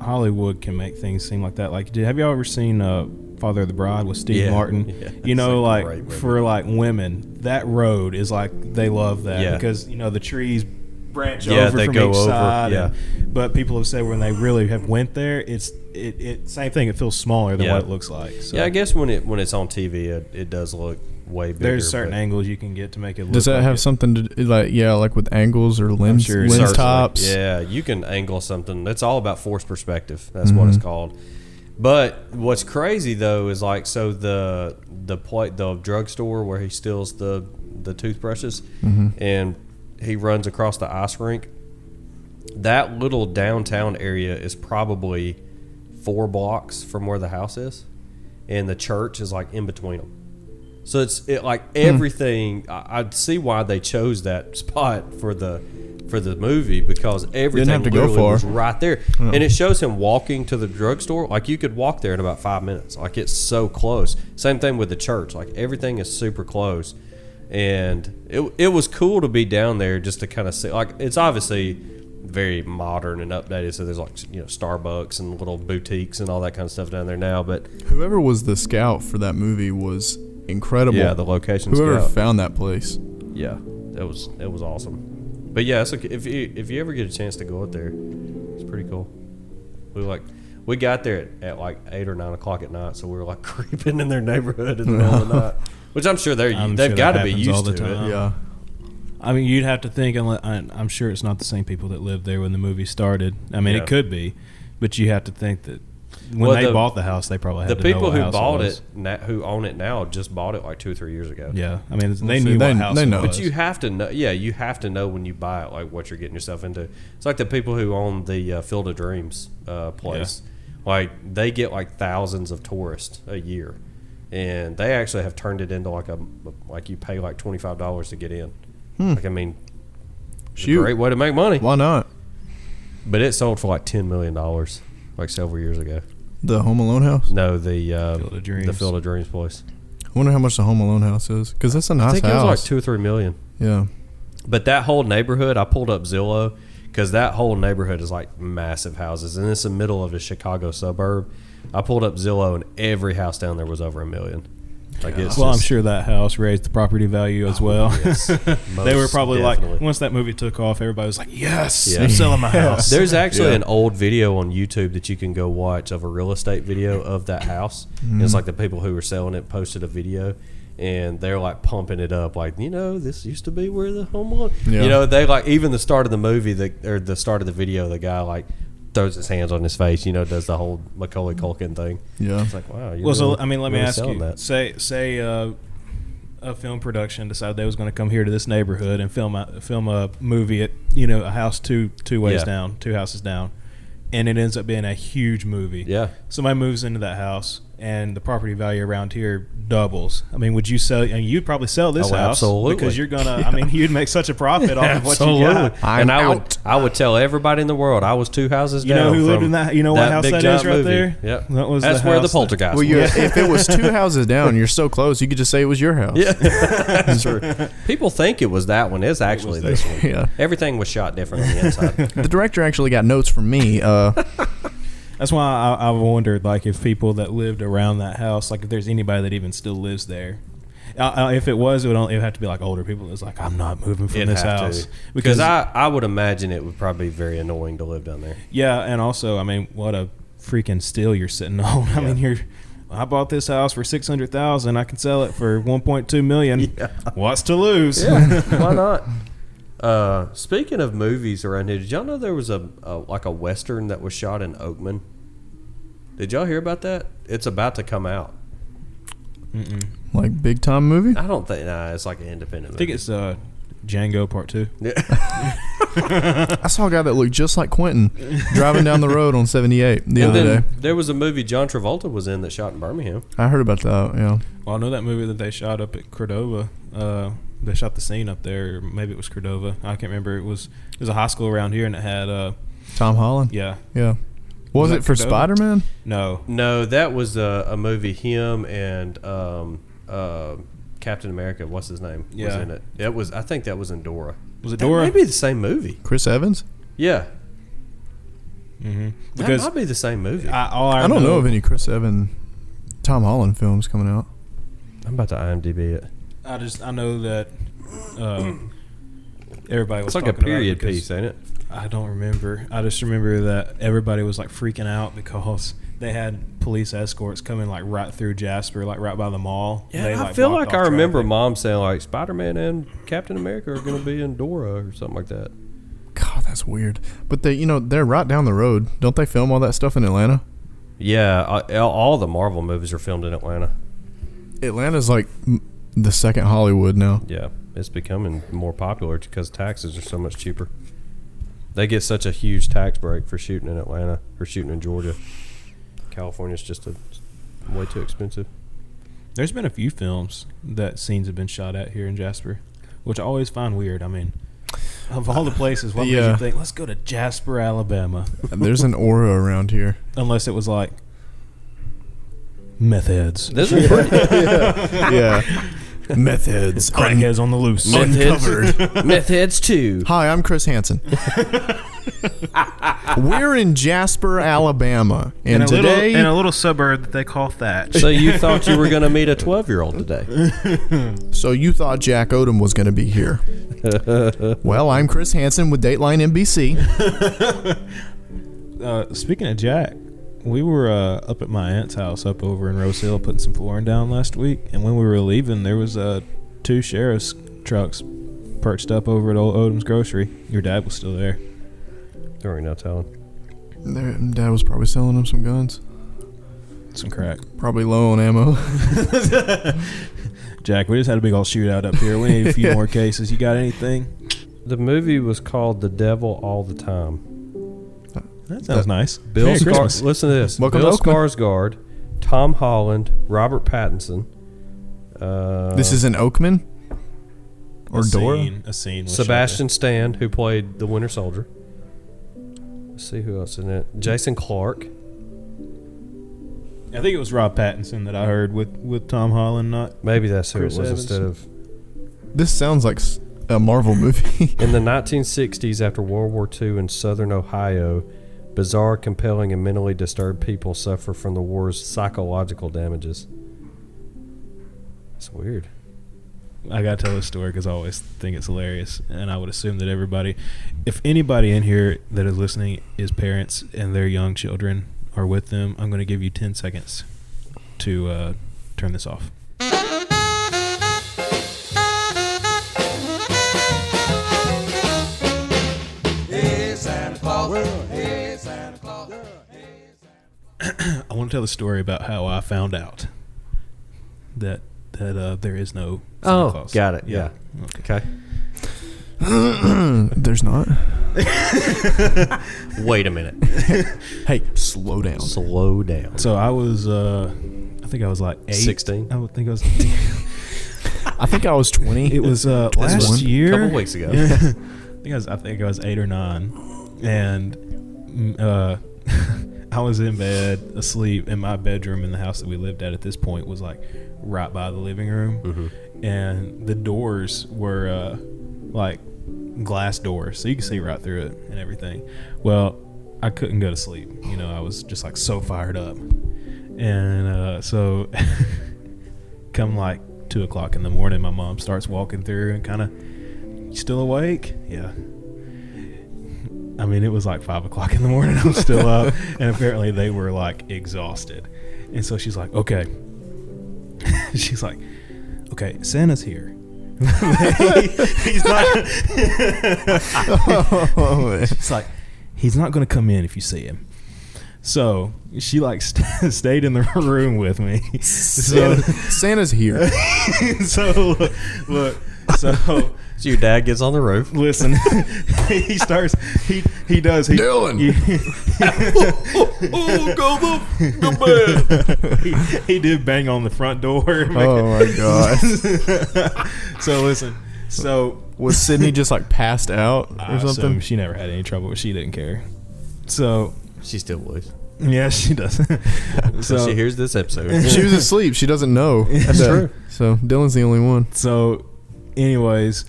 [SPEAKER 6] Hollywood can make things seem like that. Like, did, have y'all ever seen uh, Father of the Bride with Steve
[SPEAKER 2] Yeah.
[SPEAKER 6] Martin?
[SPEAKER 2] Yeah.
[SPEAKER 6] You know,
[SPEAKER 2] It's a great
[SPEAKER 6] like
[SPEAKER 2] movie.
[SPEAKER 6] for like women, that road is like they love that
[SPEAKER 2] Yeah.
[SPEAKER 6] because you know the trees branch
[SPEAKER 2] Yeah,
[SPEAKER 6] over
[SPEAKER 2] they
[SPEAKER 6] from
[SPEAKER 2] go
[SPEAKER 6] each
[SPEAKER 2] over,
[SPEAKER 6] side.
[SPEAKER 2] yeah.
[SPEAKER 6] and- but people have said when they really have went there, it's it, it same thing. It feels smaller than
[SPEAKER 2] Yeah.
[SPEAKER 6] what it looks like. So
[SPEAKER 2] Yeah, I guess when it when it's on TV, it, it does look way bigger.
[SPEAKER 6] there's certain
[SPEAKER 2] but-
[SPEAKER 6] angles you can get to make it. Look
[SPEAKER 5] Does that
[SPEAKER 6] like
[SPEAKER 5] have
[SPEAKER 6] it.
[SPEAKER 5] something to do, like yeah, like with angles or lens
[SPEAKER 6] sure it
[SPEAKER 5] lens
[SPEAKER 6] certainly-
[SPEAKER 5] tops?
[SPEAKER 2] Yeah, you can angle something. It's all about forced perspective. That's what it's called. But what's crazy though is like so the the play, the drugstore where he steals the the toothbrushes and he runs across the ice rink. That little downtown area is probably four blocks from where the house is, and the church is like in between them. So it's it like everything.
[SPEAKER 5] Hmm.
[SPEAKER 2] I, I see why they chose that spot for the for the movie because everything
[SPEAKER 5] to go
[SPEAKER 2] literally
[SPEAKER 5] far. Hmm.
[SPEAKER 2] was right there, and it shows him walking to the drugstore. Like you could walk there in about five minutes. Like it's so close. Same thing with the church. Like everything is super close, and it it was cool to be down there just to kind of see. Like it's obviously very modern and updated. So there's like you know Starbucks and little boutiques and all that kind of stuff down there now. But
[SPEAKER 5] Whoever was the scout for that movie was incredible.
[SPEAKER 2] yeah, the location's
[SPEAKER 5] Whoever
[SPEAKER 2] good.
[SPEAKER 5] found that place.
[SPEAKER 2] yeah, that was that was awesome. But yeah, it's okay. if you if you ever get a chance to go out there, it's pretty cool. We like we got there at, at like eight or nine o'clock at night, so we were like creeping in their neighborhood in the middle of the night, which I'm sure they're
[SPEAKER 6] I'm
[SPEAKER 2] they've
[SPEAKER 6] sure
[SPEAKER 2] got
[SPEAKER 6] that
[SPEAKER 2] to be
[SPEAKER 6] happens all
[SPEAKER 2] used
[SPEAKER 6] the
[SPEAKER 2] to
[SPEAKER 6] time.
[SPEAKER 2] it.
[SPEAKER 5] Yeah.
[SPEAKER 6] I mean, you'd have to think, unless, I, I'm sure it's not the same people that lived there when the movie started. I mean,
[SPEAKER 2] Yeah.
[SPEAKER 6] it could be, but you have to think that when
[SPEAKER 2] Well,
[SPEAKER 6] they
[SPEAKER 2] the-
[SPEAKER 6] bought the house, they probably had
[SPEAKER 2] The
[SPEAKER 6] to know
[SPEAKER 2] people
[SPEAKER 6] what
[SPEAKER 2] who
[SPEAKER 6] house
[SPEAKER 2] bought
[SPEAKER 6] was.
[SPEAKER 2] it, na- who own it now, just bought it like two or three years ago.
[SPEAKER 6] Yeah, I mean, they
[SPEAKER 5] see,
[SPEAKER 6] knew
[SPEAKER 5] they-
[SPEAKER 6] what house
[SPEAKER 5] they
[SPEAKER 6] it
[SPEAKER 5] know.
[SPEAKER 6] was.
[SPEAKER 5] But
[SPEAKER 2] But you have to know, yeah, you have to know when you buy it, like what you're getting yourself into. It's like the people who own the uh, Field of Dreams uh, place, like they get like thousands of tourists a year, and they actually have turned it into like a like you pay like twenty five dollars to get in.
[SPEAKER 6] Hmm.
[SPEAKER 2] Like I mean, it's a
[SPEAKER 5] Shoot.
[SPEAKER 2] great way to make money.
[SPEAKER 5] Why not?
[SPEAKER 2] But it sold for like ten million dollars, like several years ago.
[SPEAKER 5] The Home Alone house.
[SPEAKER 2] No, the uh,
[SPEAKER 6] Field of
[SPEAKER 2] the
[SPEAKER 6] Dreams.
[SPEAKER 2] Field of Dreams place.
[SPEAKER 5] I wonder how much the Home Alone house is because that's a nice
[SPEAKER 2] I think
[SPEAKER 5] house.
[SPEAKER 2] it was like two or three million.
[SPEAKER 5] yeah.
[SPEAKER 2] But that whole neighborhood, I pulled up Zillow because that whole neighborhood is like massive houses, and it's the middle of a Chicago suburb. I pulled up Zillow, and every house down there was over a million. I guess.
[SPEAKER 6] Well, I'm
[SPEAKER 2] just-
[SPEAKER 6] sure that house raised the property value as well. they were
[SPEAKER 2] most
[SPEAKER 6] probably like,
[SPEAKER 2] definitely.
[SPEAKER 6] once that movie took off, everybody was like, "Yes,
[SPEAKER 2] Yeah.
[SPEAKER 6] I'm selling my house."
[SPEAKER 2] There's actually
[SPEAKER 5] Yeah.
[SPEAKER 2] an old video on YouTube that you can go watch of a real estate video of that house. And
[SPEAKER 6] Mm-hmm.
[SPEAKER 2] It's like the people who were selling it posted a video, and they're like pumping it up, like you know, this used to be where the home was.
[SPEAKER 5] Yeah.
[SPEAKER 2] You know, they like even the start of the movie, the or the start of the video, the guy like throws his hands on his face. You know, does the whole Macaulay Culkin thing.
[SPEAKER 5] Yeah.
[SPEAKER 2] It's like wow. You're
[SPEAKER 6] well, so
[SPEAKER 2] really-
[SPEAKER 6] I mean, let me
[SPEAKER 2] really
[SPEAKER 6] ask
[SPEAKER 2] selling
[SPEAKER 6] you:
[SPEAKER 2] that.
[SPEAKER 6] say, say uh, a film production decided they was going to come here to this neighborhood and film a film a movie at you know a house two two ways
[SPEAKER 2] Yeah.
[SPEAKER 6] down, two houses down, and it ends up being a huge movie.
[SPEAKER 2] Yeah.
[SPEAKER 6] somebody moves into that house and the property value around here doubles. I mean, would you sell? And you'd probably sell this
[SPEAKER 2] Oh,
[SPEAKER 6] house
[SPEAKER 2] absolutely.
[SPEAKER 6] because you're gonna. I mean, you'd make such a profit off of what you got.
[SPEAKER 5] I'm
[SPEAKER 2] and I would
[SPEAKER 5] out.
[SPEAKER 2] I would tell everybody in the world I was two houses
[SPEAKER 6] You know
[SPEAKER 2] down.
[SPEAKER 6] who lived
[SPEAKER 2] from
[SPEAKER 6] in that- you know what house
[SPEAKER 2] big
[SPEAKER 6] that is
[SPEAKER 2] giant
[SPEAKER 6] right
[SPEAKER 2] movie.
[SPEAKER 6] there?
[SPEAKER 2] Yep.
[SPEAKER 6] That was
[SPEAKER 2] That's
[SPEAKER 6] the
[SPEAKER 2] where the
[SPEAKER 6] house that-
[SPEAKER 2] poltergeist.
[SPEAKER 5] Well,
[SPEAKER 2] was.
[SPEAKER 5] you're, if it was two houses down, you're so close, you could just say it was your house.
[SPEAKER 2] Yeah, that's true. People think it was that one. It's actually this one.
[SPEAKER 5] Yeah.
[SPEAKER 2] Everything was shot different on the inside.
[SPEAKER 5] The director actually got notes from me. Uh,
[SPEAKER 6] That's why I, I've wondered, like, if people that lived around that house, like, if there's anybody that even still lives there. Uh, uh, if it was, it would only it would have to be like older people. It's like I'm not moving from
[SPEAKER 2] It'd
[SPEAKER 6] this
[SPEAKER 2] have
[SPEAKER 6] house
[SPEAKER 2] to. because I, I would imagine it would probably be very annoying to live down there.
[SPEAKER 6] yeah, and also, I mean, what a freaking steal you're sitting on. I mean, you're. I bought this house for six hundred thousand. I can sell it for one point two million. What's to lose?
[SPEAKER 2] Why not? Uh, speaking of movies around here, did y'all know there was a, a like a western that was shot in Oakman? Did y'all hear about that? It's about to come out.
[SPEAKER 5] like big time movie.
[SPEAKER 2] I don't think nah, it's like an independent.
[SPEAKER 6] I think it's uh, Django Part Two.
[SPEAKER 5] I saw a guy that looked just like Quentin driving down the road on 78 the
[SPEAKER 2] and
[SPEAKER 5] other
[SPEAKER 2] then
[SPEAKER 5] day.
[SPEAKER 2] there was a movie John Travolta was in that shot in Birmingham.
[SPEAKER 5] I heard about that. Yeah.
[SPEAKER 6] Well, I know that movie that they shot up at Cordova. Uh, they shot the scene up there. or Maybe it was Cordova. I can't remember. It was it was a high school around here, and it had uh,
[SPEAKER 5] Tom Holland.
[SPEAKER 6] yeah,
[SPEAKER 5] Yeah. Was
[SPEAKER 6] that
[SPEAKER 5] it for
[SPEAKER 6] Cordova?
[SPEAKER 5] Spider Man?
[SPEAKER 6] no,
[SPEAKER 2] No, that was a, a movie. Him and um, uh, Captain America, what's his name, was
[SPEAKER 6] Yeah.
[SPEAKER 2] in it. It was. I think that was in Dora.
[SPEAKER 6] was it
[SPEAKER 2] That
[SPEAKER 6] Dora?
[SPEAKER 2] might be the same movie.
[SPEAKER 5] Chris Evans?
[SPEAKER 2] Yeah,
[SPEAKER 6] because
[SPEAKER 2] that might be the same movie. Mm-hmm. I,
[SPEAKER 6] I, all I,
[SPEAKER 5] I don't know of any Chris Evans, Tom Holland films coming out.
[SPEAKER 2] am about to IMDb it.
[SPEAKER 6] I just I know that um, everybody
[SPEAKER 2] It's
[SPEAKER 6] was
[SPEAKER 2] like a
[SPEAKER 6] talking about it
[SPEAKER 2] period
[SPEAKER 6] because
[SPEAKER 2] piece, eh? ain't it?
[SPEAKER 6] I don't remember. I just remember that everybody was like freaking out because they had police escorts coming like right through Jasper, like right by the mall.
[SPEAKER 2] Yeah,
[SPEAKER 6] They,
[SPEAKER 2] I feel
[SPEAKER 6] blocked
[SPEAKER 2] like I
[SPEAKER 6] off
[SPEAKER 2] remember
[SPEAKER 6] traffic.
[SPEAKER 2] mom saying like Spider Man and Captain America are going to be in Dora or something like that.
[SPEAKER 5] God, that's weird. But they, you know, they're right down the road. Don't they film all that stuff in Atlanta?
[SPEAKER 2] Yeah, I, all- all the Marvel movies are filmed in Atlanta.
[SPEAKER 5] Atlanta's like m- the second Hollywood now.
[SPEAKER 2] Yeah, it's becoming more popular because taxes are so much cheaper. They get such a huge tax break for shooting in Atlanta or shooting in Georgia. California's just a, way too expensive.
[SPEAKER 6] There's been a few films that scenes have been shot at here in Jasper, which I always find weird. I mean, of all the places, what made
[SPEAKER 5] Yeah.
[SPEAKER 6] you think let's go to Jasper, Alabama?
[SPEAKER 5] There's an aura around here.
[SPEAKER 6] Unless it was like meth heads,
[SPEAKER 2] This is pretty,
[SPEAKER 5] Yeah. Meth heads.
[SPEAKER 6] crackheads on the loose.
[SPEAKER 2] Meth
[SPEAKER 5] Uncovered.
[SPEAKER 2] heads, meth heads too.
[SPEAKER 5] Hi, I'm Chris Hansen. We're in Jasper, Alabama, and, today
[SPEAKER 6] little suburb that they call Thatch.
[SPEAKER 2] So you thought you were going to meet a twelve-year-old today?
[SPEAKER 5] So you thought Jack Odom was going to be here? well, I'm Chris Hansen with Dateline NBC.
[SPEAKER 6] Uh, speaking of Jack, we were uh, up at my aunt's house up over in Rose Hill putting some flooring down last week, and when we were leaving, there was uh, two sheriff's trucks perched up over at old Odom's grocery. Your dad was still there.
[SPEAKER 2] There ain't no telling.
[SPEAKER 5] Their dad was probably selling him some guns.
[SPEAKER 6] Some crack.
[SPEAKER 5] Probably low on ammo.
[SPEAKER 6] Jack, we just had a big old shootout up here. We need a few more cases. You got anything?
[SPEAKER 2] The movie was called "The Devil All the Time."
[SPEAKER 6] That sounds nice.
[SPEAKER 2] Bill
[SPEAKER 6] Merry
[SPEAKER 2] Scar-
[SPEAKER 6] Christmas.
[SPEAKER 2] listen to this.
[SPEAKER 5] Welcome
[SPEAKER 2] Bill
[SPEAKER 5] to Oakland.
[SPEAKER 2] Skarsgård, Tom Holland, Robert Pattinson. Uh,
[SPEAKER 5] this is in Oakman or
[SPEAKER 6] a
[SPEAKER 5] Dora.
[SPEAKER 6] Scene, a scene. was
[SPEAKER 2] Sebastian Stan, who played the Winter Soldier. Let's see who else in it. Jason Clark.
[SPEAKER 6] shot there. I think it was Rob Pattinson that I heard with with Tom Holland. Not
[SPEAKER 2] Maybe that's who
[SPEAKER 6] Chris
[SPEAKER 2] it was
[SPEAKER 6] Evans.
[SPEAKER 2] instead of.
[SPEAKER 5] This sounds like s- a Marvel movie.
[SPEAKER 2] In the 1960s, after World War II in southern Ohio, bizarre, compelling, and mentally disturbed people suffer from the war's psychological damages. It's weird.
[SPEAKER 6] I gotta tell this story because I always think it's hilarious, and I would assume that everybody, if anybody in here that is listening is parents and their young children are with them, I'm gonna give you ten seconds to uh, turn this off. I want to tell the story about how I found out that that uh, there is no Santa Claus.
[SPEAKER 2] got it. Yeah. Okay.
[SPEAKER 5] There's not.
[SPEAKER 2] Wait a minute.
[SPEAKER 5] Hey, slow down.
[SPEAKER 2] Slow down.
[SPEAKER 6] So I was, uh, I think I was like eight.
[SPEAKER 2] 16?
[SPEAKER 6] I would think I was.
[SPEAKER 5] I think I was 20.
[SPEAKER 6] It was uh, last
[SPEAKER 5] one.
[SPEAKER 6] year,
[SPEAKER 2] Couple weeks ago.
[SPEAKER 6] Yeah. I think I was, I think I was eight or nine, and mm, uh, I was in bed asleep, and my bedroom in the house that we lived at at this point was like right by the living room, and the doors were uh, like glass doors, so you could see right through it and everything. Well, I couldn't go to sleep. You know, I was just like so fired up, and uh, so come like two o'clock in the morning, my mom starts walking through and kind of, you still awake? Yeah. I mean, it was like five o'clock in the morning. I'm still up. And apparently they were like exhausted. And so she's like, okay. she's like, okay, Santa's here. he's not.
[SPEAKER 5] Oh,
[SPEAKER 6] It's like he's not going to come in if you see him. So she like st- stayed in the room with me. So
[SPEAKER 5] Santa's here.
[SPEAKER 6] so look, so
[SPEAKER 2] So your dad gets on the roof.
[SPEAKER 6] listen. he starts. He he does. He,
[SPEAKER 5] Dylan.
[SPEAKER 2] oh, go the go
[SPEAKER 6] he, he did bang on the front door.
[SPEAKER 5] Oh my god.
[SPEAKER 6] So listen. So
[SPEAKER 5] Was Sydney just like passed out or
[SPEAKER 6] I assume
[SPEAKER 5] something?
[SPEAKER 6] she never had any trouble. She didn't care. So
[SPEAKER 2] She still was.
[SPEAKER 6] yeah, she does.
[SPEAKER 2] So,
[SPEAKER 6] so
[SPEAKER 2] she hears this episode.
[SPEAKER 5] She was asleep. She doesn't know. That's
[SPEAKER 2] true.
[SPEAKER 5] So Dylan's the only one.
[SPEAKER 6] So, anyways,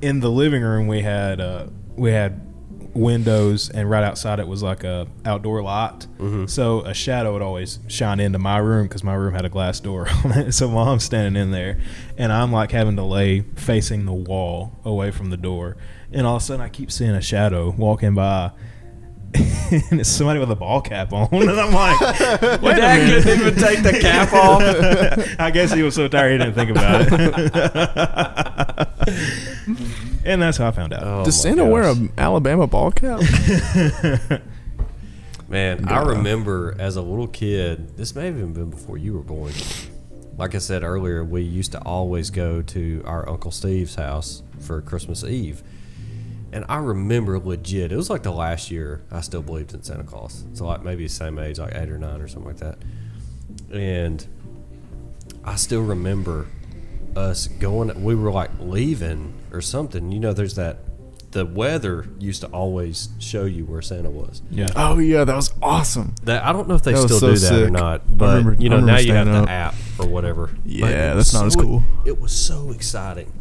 [SPEAKER 6] in the living room we had uh, we had windows, and right outside it was like a outdoor lot. So a shadow would always shine into my room because my room had a glass door on it. So mom's standing in there, and I'm like having to lay facing the wall away from the door, and all of a sudden I keep seeing a shadow walking by. and it's somebody with a ball cap on, and I'm like, "Wait a
[SPEAKER 2] dad
[SPEAKER 6] minute."
[SPEAKER 2] couldn't even take the cap
[SPEAKER 5] Oh
[SPEAKER 2] off.
[SPEAKER 6] I guess he was so tired he didn't think about it. and that's how I found out.
[SPEAKER 2] Oh.
[SPEAKER 5] Does Santa wear a Alabama ball cap?
[SPEAKER 2] Man, I remember as a little kid, this may have even been before you were born. Like I said earlier, we used to always go to our Uncle Steve's house for Christmas Eve. And I remember legit, it was like the last year I still believed in Santa Claus. So, like, maybe the same age, like eight or nine or something like that. And I still remember us going, we were like leaving or something. You know, there's that, the weather used to always show you where Santa was.
[SPEAKER 5] oh yeah, that was awesome.
[SPEAKER 2] That I don't know if they
[SPEAKER 5] That was
[SPEAKER 2] still
[SPEAKER 5] so
[SPEAKER 2] do that or
[SPEAKER 5] sick.
[SPEAKER 2] not,
[SPEAKER 5] I
[SPEAKER 2] but
[SPEAKER 5] remember-
[SPEAKER 2] you
[SPEAKER 5] I
[SPEAKER 2] know now
[SPEAKER 5] remember
[SPEAKER 2] you have
[SPEAKER 5] staying up.
[SPEAKER 2] the app or whatever. But
[SPEAKER 5] Yeah,
[SPEAKER 2] it
[SPEAKER 5] that's
[SPEAKER 2] was
[SPEAKER 5] not as
[SPEAKER 2] so-
[SPEAKER 5] cool.
[SPEAKER 2] It was so exciting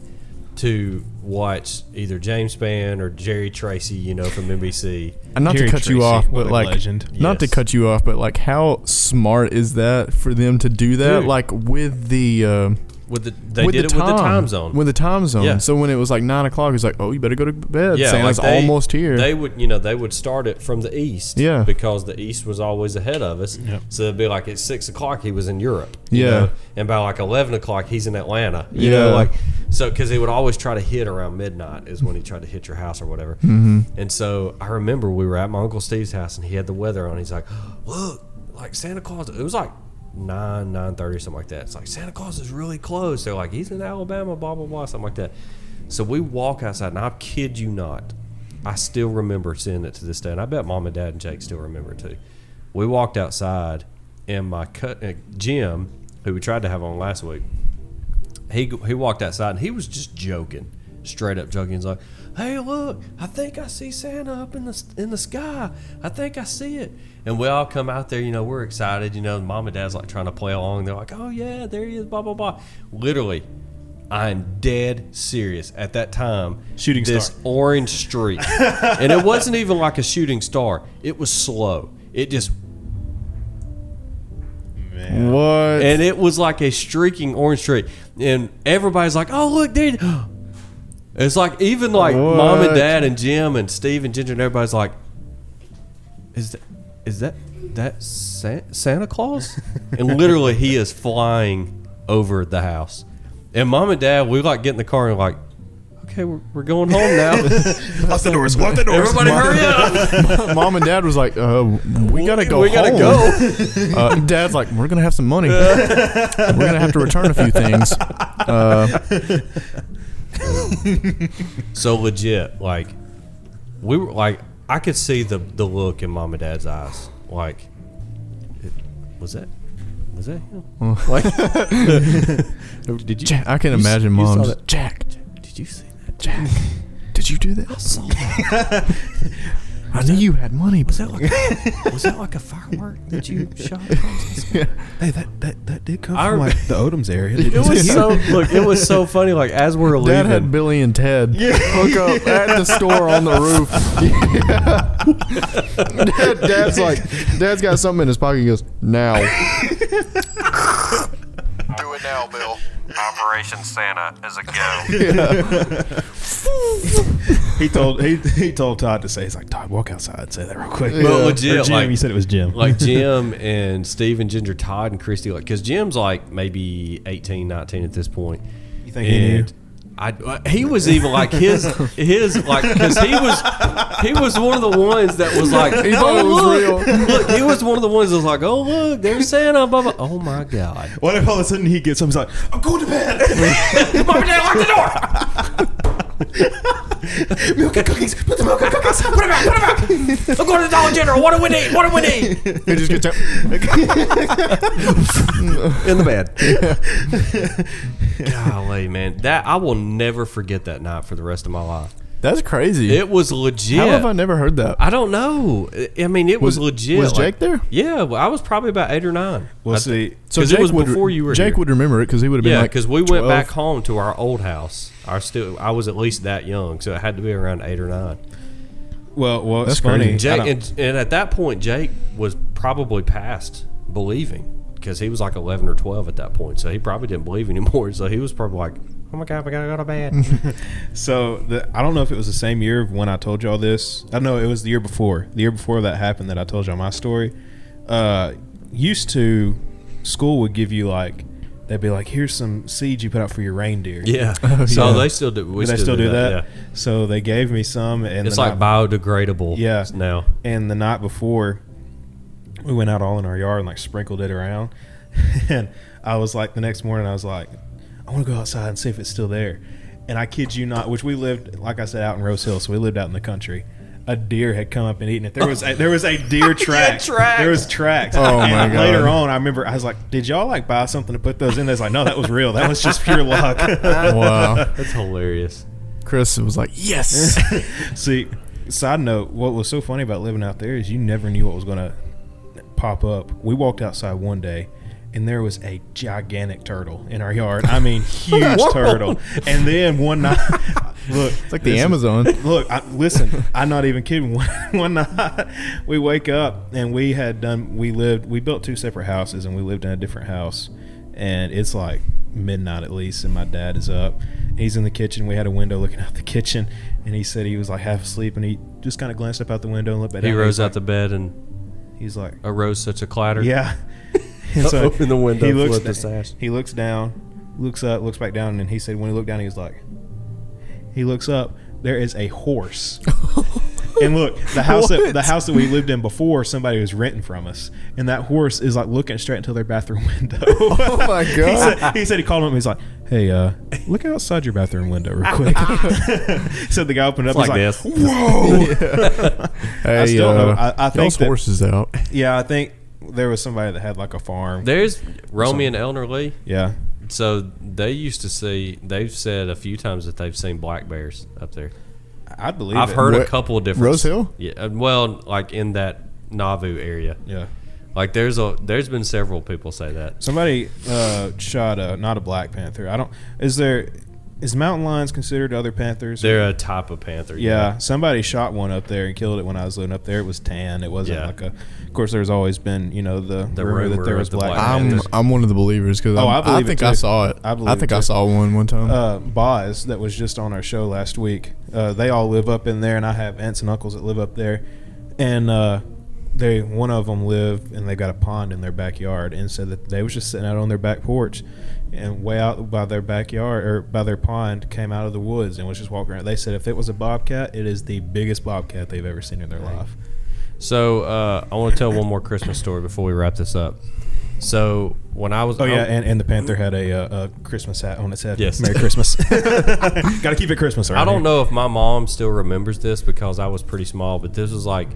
[SPEAKER 2] to watch either James Spann or Jerry Tracy, you know, from NBC.
[SPEAKER 5] And not
[SPEAKER 6] Jerry
[SPEAKER 5] to cut you
[SPEAKER 6] Tracy,
[SPEAKER 5] off,
[SPEAKER 6] what a
[SPEAKER 5] but like,
[SPEAKER 6] legend.
[SPEAKER 5] not to
[SPEAKER 2] Yes.
[SPEAKER 5] cut you off, but like, how smart is that for them to do that?
[SPEAKER 2] Dude.
[SPEAKER 5] Like with the uh,
[SPEAKER 2] With the they
[SPEAKER 5] with
[SPEAKER 2] did
[SPEAKER 5] the
[SPEAKER 2] it
[SPEAKER 5] time,
[SPEAKER 2] with the time zone.
[SPEAKER 5] with the time zone.
[SPEAKER 2] Yeah.
[SPEAKER 5] So when it was like nine o'clock, it was like, oh, you better go to bed.
[SPEAKER 2] yeah,
[SPEAKER 5] Santa's
[SPEAKER 2] like they-
[SPEAKER 5] almost here.
[SPEAKER 2] They would, you know, they would start it from the east.
[SPEAKER 5] Yeah.
[SPEAKER 2] because the east was always ahead of us. So it'd be like at six o'clock he was in Europe. you
[SPEAKER 5] Yeah.
[SPEAKER 2] know, and by like eleven o'clock he's in Atlanta. You
[SPEAKER 5] Yeah.
[SPEAKER 2] know, like so because he would always try to hit around midnight is when he tried to hit your house or whatever. Mm-hmm. And so I remember we were at my uncle Steve's house and he had the weather on. He's like, look, like Santa Claus. It was like. Nine nine thirty something like that. It's like Santa Claus is really close. They're like he's in Alabama, blah blah blah, something like that. So we walk outside, and I kid you not, I still remember seeing it to this day, and I bet mom and dad and Jake still remember it too. We walked outside, and my cut uh, Jim, who we tried to have on last week, he go- he walked outside and he was just joking, straight up joking. He's like, "Hey, look, I think I see Santa up in the s- in the sky. I think I see it." And we all come out there, you know, we're excited. You know, mom and dad's like trying to play along. They're like, "Oh yeah, there he is." Blah blah blah. Literally, I'm dead serious at that time.
[SPEAKER 6] Shooting
[SPEAKER 2] this
[SPEAKER 6] star.
[SPEAKER 2] orange streak, and it wasn't even like a shooting star. It was slow. It just
[SPEAKER 6] man.
[SPEAKER 5] What?
[SPEAKER 2] and it was like a streaking orange streak, and everybody's like, "Oh, look, dude!" It's like even like mom and
[SPEAKER 5] What?
[SPEAKER 2] dad and Jim and Steve and Ginger and everybody's like, "Is that is that that Sa- Santa Claus?" and literally, he is flying over the house, and mom and dad we like get in the car and like. Okay, we're, we're going home now.
[SPEAKER 6] Lock the doors. Lock the doors.
[SPEAKER 2] Everybody, hurry up!
[SPEAKER 5] Mom and dad was like, uh, we gotta go.
[SPEAKER 2] we gotta
[SPEAKER 5] home.
[SPEAKER 2] go.
[SPEAKER 5] Uh, Dad's like, we're gonna have some money. we're gonna have to return a few things.
[SPEAKER 2] so legit like we were like i could see the the look in mom and dad's eyes like it- was that was that him like did you
[SPEAKER 5] Jack, I can
[SPEAKER 2] you s-
[SPEAKER 5] imagine
[SPEAKER 2] you saw
[SPEAKER 5] mom's
[SPEAKER 2] that-
[SPEAKER 5] Jack.
[SPEAKER 2] did you see that
[SPEAKER 5] Jack, did you do this? I
[SPEAKER 2] was
[SPEAKER 5] knew
[SPEAKER 2] that,
[SPEAKER 5] you had money.
[SPEAKER 2] was that like was that like a firework that you shot
[SPEAKER 6] Hey, that, that, that did come
[SPEAKER 2] I
[SPEAKER 6] from
[SPEAKER 2] rem-
[SPEAKER 6] like the Odoms area.
[SPEAKER 2] it was so look it was so funny like as we're
[SPEAKER 5] Dad
[SPEAKER 2] leaving
[SPEAKER 5] had Billy and Ted hook up at the store on the roof. Dad, Dad's like, Dad's got something in his pocket. He goes, now.
[SPEAKER 9] Do it now, Bill. Operation Santa is a go.
[SPEAKER 6] he told he, he told Todd to say he's like Todd, walk outside and say that real quick.
[SPEAKER 2] Well,
[SPEAKER 6] Or
[SPEAKER 2] legit,
[SPEAKER 6] Jim,
[SPEAKER 2] like-
[SPEAKER 6] you said it was Jim.
[SPEAKER 2] like Jim and Steve and Ginger Todd and Christy, like, because Jim's like maybe 18, 19 at this point.
[SPEAKER 6] you think he knew?
[SPEAKER 2] And I, uh, he was even like his, his, like, because he was, he was one of the ones that was like,
[SPEAKER 5] He thought it was
[SPEAKER 2] oh,
[SPEAKER 5] real.
[SPEAKER 2] look, look, he was one of the ones that was like, oh, look, there's Santa, blah, blah. Oh, my God.
[SPEAKER 6] What if all of a sudden he gets up? He's like, I'm going to bed.
[SPEAKER 1] Mom and Dad, lock the door!
[SPEAKER 6] milk and cookies. Put the milk and cookies.
[SPEAKER 1] Put him out! Put him out! I'm going to the Dollar General. What do we need? What do we need?
[SPEAKER 5] It just gets out.
[SPEAKER 2] In the bed. Golly, man. That, I will never forget that night for the rest of my life.
[SPEAKER 5] That's crazy.
[SPEAKER 2] It was legit.
[SPEAKER 5] How have I never heard that?
[SPEAKER 2] I don't know. I- I mean, it was,
[SPEAKER 5] Was-
[SPEAKER 2] legit.
[SPEAKER 5] was
[SPEAKER 2] like-
[SPEAKER 5] Jake there?
[SPEAKER 2] Yeah, well, I was probably about eight or nine.
[SPEAKER 6] We'll
[SPEAKER 2] I-
[SPEAKER 6] see.
[SPEAKER 2] 'cause it was before you were
[SPEAKER 5] Jake
[SPEAKER 2] here.
[SPEAKER 5] would remember it because he would have been
[SPEAKER 2] Yeah,
[SPEAKER 5] like,
[SPEAKER 2] because we went
[SPEAKER 5] 12.
[SPEAKER 2] back home to our old house. Our still, I was at least that young, so it had to be around eight or nine.
[SPEAKER 6] Well, well, it's
[SPEAKER 5] That's
[SPEAKER 6] funny.
[SPEAKER 5] crazy.
[SPEAKER 2] Jake,
[SPEAKER 6] I don't-
[SPEAKER 2] and, and at that point, Jake was probably past believing because he was like eleven or twelve at that point, so he probably didn't believe anymore. So he was probably like, "Oh my god, we gotta go to bed."
[SPEAKER 6] So the, I don't know if it was the same year of when I told y'all this. I know it was the year before. The year before that happened, that I told y'all my story. Uh, used to, school would give you like, they'd be like, "Here's some seed you put out for your reindeer."
[SPEAKER 2] yeah. so they still do. We
[SPEAKER 6] Do they still do that?
[SPEAKER 2] yeah.
[SPEAKER 6] So they gave me some, and
[SPEAKER 2] It's
[SPEAKER 6] the
[SPEAKER 2] like
[SPEAKER 6] night,
[SPEAKER 2] biodegradable.
[SPEAKER 6] Yeah.
[SPEAKER 2] Now.
[SPEAKER 6] and the night before, we went out all in our yard and like sprinkled it around. And I was like, the next morning, I was like, I want to go outside and see if it's still there. And I kid you not, which we lived, like I said, out in Rose Hill, so we lived out in the country. A deer had come up and eaten it. There was a, there was a deer track.
[SPEAKER 2] tracks.
[SPEAKER 6] There was tracks.
[SPEAKER 5] Oh,
[SPEAKER 6] And
[SPEAKER 5] my God.
[SPEAKER 6] Later on, I remember I was like, "Did y'all like buy something to put those in?" They was like, "No, that was real. That was just pure luck."
[SPEAKER 5] wow.
[SPEAKER 2] That's hilarious.
[SPEAKER 5] Chris was like, yes.
[SPEAKER 6] See, side note, what was so funny about living out there is you never knew what was going to pop up. We walked outside one day and there was a gigantic turtle in our yard. I mean, huge turtle. And then one night, look,
[SPEAKER 5] It's like the Amazon.
[SPEAKER 6] look, I, listen, I'm not even kidding. One, one night, we wake up and we had done, we lived, we built two separate houses and we lived in a different house. And it's like midnight at least, and my dad is up. He's in the kitchen. We had a window looking out the kitchen, and he said he was like half asleep, and he just kind of glanced up out the window and looked back.
[SPEAKER 2] He
[SPEAKER 6] down,
[SPEAKER 2] rose
[SPEAKER 6] he's
[SPEAKER 2] out the
[SPEAKER 6] like-
[SPEAKER 2] bed and
[SPEAKER 6] He's like,
[SPEAKER 2] arose such a clatter.
[SPEAKER 6] yeah. And so
[SPEAKER 2] Open the window,
[SPEAKER 6] He looks,
[SPEAKER 2] flip the sash.
[SPEAKER 6] he looks down, looks up, looks back down, and he said when he looked down, he was like, he looks up. There is a horse. and look, the house that, the house that we lived in before, somebody was renting from us, and that horse is like looking straight into their bathroom window. oh
[SPEAKER 5] my
[SPEAKER 6] he,
[SPEAKER 5] God.
[SPEAKER 6] said, he said he called him. and He's like, "Hey, uh, look outside your bathroom window real quick." so the guy opened up.
[SPEAKER 2] It's like
[SPEAKER 6] he's
[SPEAKER 2] this.
[SPEAKER 6] like, "Whoa!"
[SPEAKER 5] Hey,
[SPEAKER 6] I still know- I- I think
[SPEAKER 5] those
[SPEAKER 6] that-
[SPEAKER 5] horses out.
[SPEAKER 6] yeah, I think there was somebody that had like a farm.
[SPEAKER 2] There's Romy and Elner Lee.
[SPEAKER 6] yeah,
[SPEAKER 2] So they used to see. They've said a few times that they've seen black bears up there.
[SPEAKER 6] I'd believe.
[SPEAKER 2] I've
[SPEAKER 6] it.
[SPEAKER 2] heard a
[SPEAKER 5] Where-
[SPEAKER 2] couple of different.
[SPEAKER 5] Rose Hill?
[SPEAKER 2] Yeah. uh, Well, like in that Nauvoo area.
[SPEAKER 6] Yeah.
[SPEAKER 2] Like there's a there's been several people say that.
[SPEAKER 6] Somebody uh, shot a not a Black Panther. I don't. Is there? is mountain lions considered other panthers?
[SPEAKER 2] They're a type of panther.
[SPEAKER 6] yeah, somebody shot one up there and killed it when I was living up there. It was tan. It wasn't
[SPEAKER 2] Yeah.
[SPEAKER 6] like a. Of course, there's always been you know the,
[SPEAKER 2] The
[SPEAKER 6] rumor,
[SPEAKER 2] rumor
[SPEAKER 6] that there
[SPEAKER 2] of
[SPEAKER 6] was
[SPEAKER 2] the
[SPEAKER 6] black.
[SPEAKER 2] black
[SPEAKER 6] panthers.
[SPEAKER 5] I'm I'm one of the believers because
[SPEAKER 6] Oh, I
[SPEAKER 5] I,
[SPEAKER 6] believe it
[SPEAKER 5] think
[SPEAKER 6] too.
[SPEAKER 5] I saw it.
[SPEAKER 6] I
[SPEAKER 5] I,
[SPEAKER 6] believe
[SPEAKER 5] think
[SPEAKER 6] it
[SPEAKER 5] I
[SPEAKER 6] too.
[SPEAKER 5] saw one one time.
[SPEAKER 6] uh, Boz that was just on our show last week. Uh, they all live up in there, and I have aunts and uncles that live up there, and uh, they one of them live and they've got a pond in their backyard, and said that they was just sitting out on their back porch, and way out by their backyard or by their pond came out of the woods and was just walking around. They said if it was a bobcat, it is the biggest bobcat they've ever seen in their life.
[SPEAKER 2] So uh, I want to tell one more Christmas story before we wrap this up. So when I was
[SPEAKER 6] Oh yeah, and, and the panther had a, uh, a Christmas hat on its head.
[SPEAKER 2] Yes.
[SPEAKER 6] Merry Christmas. got to keep it Christmas.
[SPEAKER 2] I
[SPEAKER 6] around
[SPEAKER 2] don't
[SPEAKER 6] here.
[SPEAKER 2] know if my mom still remembers this because I was pretty small, but this was like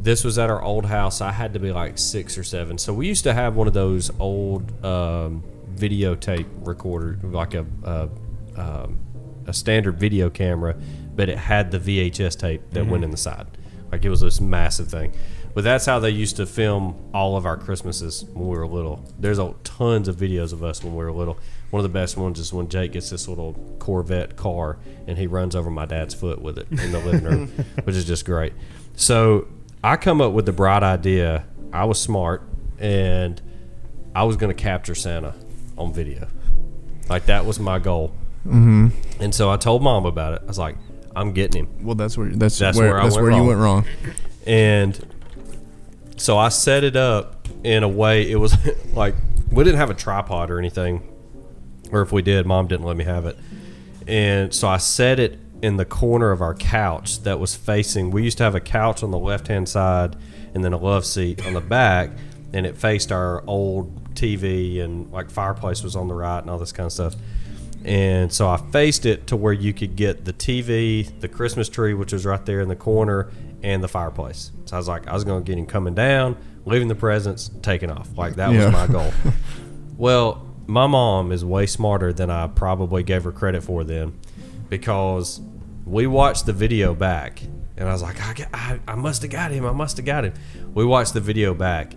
[SPEAKER 2] this was at our old house. I had to be like six or seven. So we used to have one of those old um, videotape recorder, like a uh, um, a standard video camera, but it had the VHS tape that went in the side. Like it was this massive thing. But that's how they used to film all of our Christmases when we were little. There's a, tons of videos of us when we were little. One of the best ones is when Jake gets this little Corvette car and he runs over my dad's foot with it in the living room, which is just great. So I come up with the bright idea. I was smart and I was going to capture Santa on video. Like that was my goal. Mm-hmm. And so I told mom about it. I was like, I'm getting him
[SPEAKER 5] well, that's where that's,
[SPEAKER 2] That's
[SPEAKER 5] where,
[SPEAKER 2] where I
[SPEAKER 5] that's
[SPEAKER 2] went
[SPEAKER 5] where
[SPEAKER 2] wrong.
[SPEAKER 5] you went wrong.
[SPEAKER 2] and so I set it up in a way it was like we didn't have a tripod or anything, or if we did, mom didn't let me have it. And so I set it in the corner of our couch that was facing. We used to have a couch on the left hand side and then a love seat on the back, and it faced our old TV and like fireplace was on the right and all this kind of stuff. And so I faced it to where you could get the TV, the Christmas tree, which was right there in the corner, and the fireplace. So I was like, I was going to get him coming down, leaving the presents, taking off. Like that
[SPEAKER 5] Yeah.
[SPEAKER 2] was my goal. Well, my mom is way smarter than I probably gave her credit for then because we watched the video back and I was like, I, got- I, I must have got him. I must have got him. We watched the video back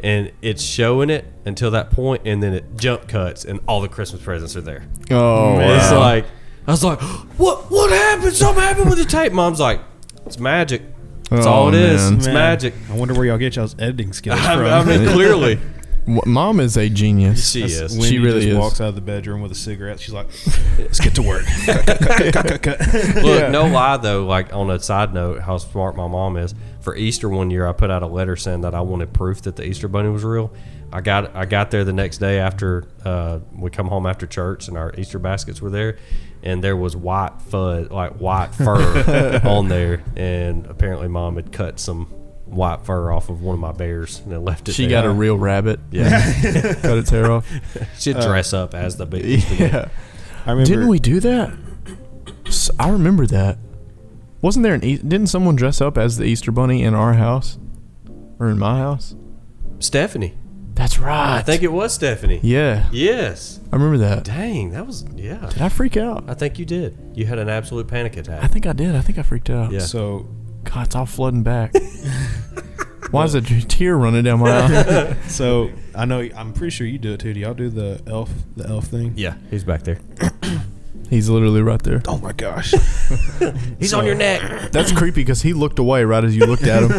[SPEAKER 2] and it's showing it until that point and then it jump cuts and all the Christmas presents are there.
[SPEAKER 5] Oh,
[SPEAKER 2] It's like, I was like, what, what happened? Something happened with the tape. Mom's like, it's magic. That's all it
[SPEAKER 5] Oh,
[SPEAKER 2] is.
[SPEAKER 5] man.
[SPEAKER 2] It's
[SPEAKER 6] Man,
[SPEAKER 2] magic.
[SPEAKER 6] I wonder where y'all get y'all's editing skills
[SPEAKER 2] I,
[SPEAKER 6] from.
[SPEAKER 2] I mean, clearly,
[SPEAKER 5] W- mom is a genius.
[SPEAKER 2] she
[SPEAKER 6] That's
[SPEAKER 2] is.
[SPEAKER 6] When
[SPEAKER 5] She
[SPEAKER 6] you
[SPEAKER 5] really
[SPEAKER 6] just
[SPEAKER 5] is.
[SPEAKER 6] walks out of the bedroom with a cigarette. She's like, "Let's get to work." Cut, cut, cut, cut, cut, cut.
[SPEAKER 2] Look, no lie though. Like on a side note, how smart my mom is. For Easter one year, I put out a letter saying that I wanted proof that the Easter bunny was real. I got I got there the next day after uh, we come home after church, and our Easter baskets were there, and there was white fud like white fur on there, and apparently mom had cut some white fur off of one of my bears and then left it.
[SPEAKER 5] She
[SPEAKER 2] there.
[SPEAKER 5] got a real rabbit. Yeah, cut its hair off.
[SPEAKER 2] She'd dress up as the big.
[SPEAKER 5] Yeah,
[SPEAKER 6] I remember.
[SPEAKER 5] didn't we do that? S- I remember that. Wasn't there an? E- didn't someone dress up as the Easter Bunny in our house, or in my house?
[SPEAKER 2] Stephanie.
[SPEAKER 5] That's right.
[SPEAKER 2] I think it was Stephanie.
[SPEAKER 5] Yeah,
[SPEAKER 2] Yes.
[SPEAKER 5] I remember that. Did
[SPEAKER 2] Dang, that was yeah.
[SPEAKER 5] I freak out?
[SPEAKER 2] I think you did. You had an absolute panic attack.
[SPEAKER 5] I think I did. I think I freaked out.
[SPEAKER 2] Yeah.
[SPEAKER 6] So
[SPEAKER 5] God, it's all flooding back. Why is a t- tear running down my eye?
[SPEAKER 6] so I know I'm pretty sure you do it too. Do y'all do the elf the elf thing?
[SPEAKER 2] yeah, he's back there.
[SPEAKER 5] He's literally right there.
[SPEAKER 6] Oh my gosh.
[SPEAKER 2] He's on your neck.
[SPEAKER 5] That's creepy because he looked away right as you looked at him.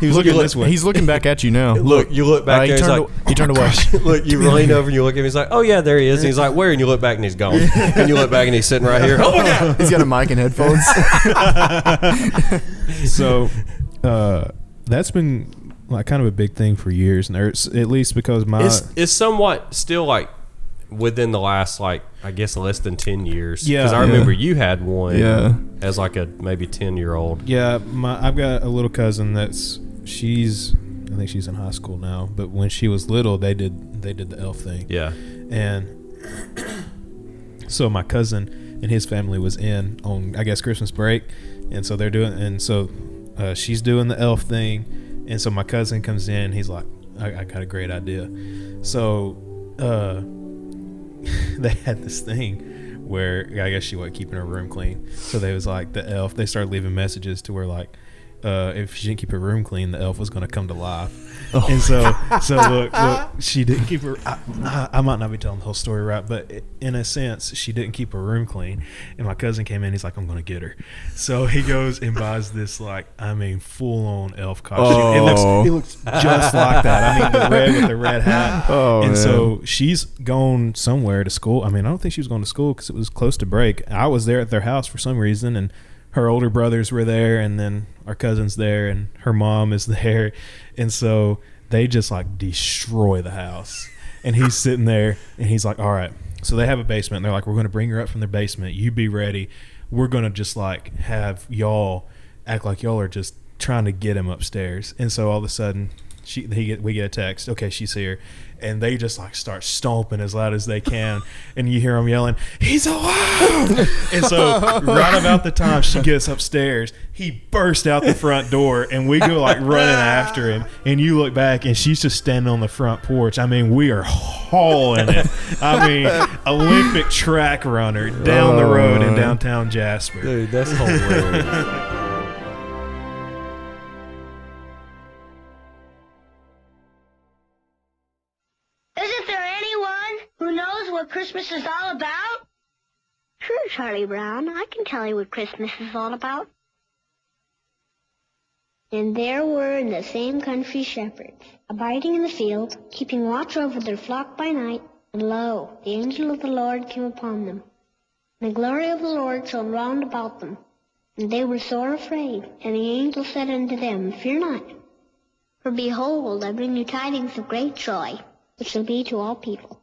[SPEAKER 6] He was looking this way.
[SPEAKER 5] He's looking back at you now.
[SPEAKER 2] Look, you look
[SPEAKER 5] Uh,
[SPEAKER 2] back
[SPEAKER 5] he,
[SPEAKER 2] there. He's
[SPEAKER 5] turned
[SPEAKER 2] like,
[SPEAKER 5] aw- he turned away.
[SPEAKER 2] look, you lean over and you look at him. He's like, oh yeah, there he is. And he's like, where? And you look back and he's gone. and you look back and he's sitting right here. Oh my god.
[SPEAKER 5] He's got a mic and headphones.
[SPEAKER 6] so uh, that's been like kind of a big thing for years, and it's- at least because my
[SPEAKER 2] It's it's somewhat still like within the last like I guess less than ten years.
[SPEAKER 6] Yeah.
[SPEAKER 2] Because I
[SPEAKER 6] Yeah.
[SPEAKER 2] remember you had one.
[SPEAKER 5] Yeah.
[SPEAKER 2] As like a maybe ten year old.
[SPEAKER 6] Yeah, my I've got a little cousin that's she's I think she's in high school now, but when she was little, they did they did the elf thing.
[SPEAKER 2] Yeah.
[SPEAKER 6] And so my cousin and his family was in on I guess Christmas break, and so they're doing and so uh, she's doing the elf thing, and so my cousin comes in and he's like, I, I got a great idea. So uh, they had this thing where I guess she wasn't keeping her room clean, so they was like the elf. They started leaving messages to where like. uh, if she didn't keep her room clean, the elf was going to come to life. And so, so look, look, she didn't keep her. I, I, I might not be telling the whole story right, but i- in a sense, she didn't keep her room clean. And my cousin came in. He's like, "I'm going to get her." So he goes and buys this, like, I mean, full on elf costume. It
[SPEAKER 5] Oh.
[SPEAKER 6] looks, it looks just like that. I mean, the red with the red hat.
[SPEAKER 5] Oh,
[SPEAKER 6] and
[SPEAKER 5] man.
[SPEAKER 6] so she's gone somewhere to school. I mean, I don't think she was going to school because it was close to break. I was there at their house for some reason, and her older brothers were there, and then our cousins there, and her mom is there, and so they just like destroy the house. And he's sitting there, and he's like, "All right." So they have a basement. And they're like, "We're going to bring her up from the basement. You be ready. We're going to just like have y'all." act like y'all are just trying to get him upstairs. And so all of a sudden, she he get, we get a text. Okay, she's here, and they just like start stomping as loud as they can, and you hear them yelling, "He's alive!" and so right about the time she gets upstairs, he bursts out the front door, and we go like running after him. And you look back, and she's just standing on the front porch. I mean, we are hauling it. I mean, Olympic track runner down the road in downtown Jasper.
[SPEAKER 2] Dude, that's hilarious.
[SPEAKER 10] Isn't there anyone who knows what Christmas is all about?
[SPEAKER 3] Sure, Charlie Brown. I can tell you what Christmas is all about.
[SPEAKER 10] And there were in the same country shepherds, abiding in the field, keeping watch over their flock by night. And lo, the angel of the Lord came upon them. And the glory of the Lord shone round about them. And they were sore afraid. And the angel said unto them, Fear not. For behold, I bring you tidings of great joy, which shall be to all people.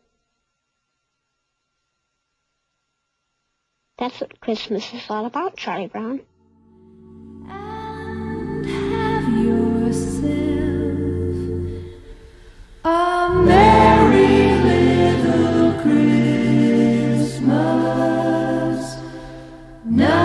[SPEAKER 10] That's what Christmas is all about, Charlie Brown.
[SPEAKER 11] Merry little Christmas. No.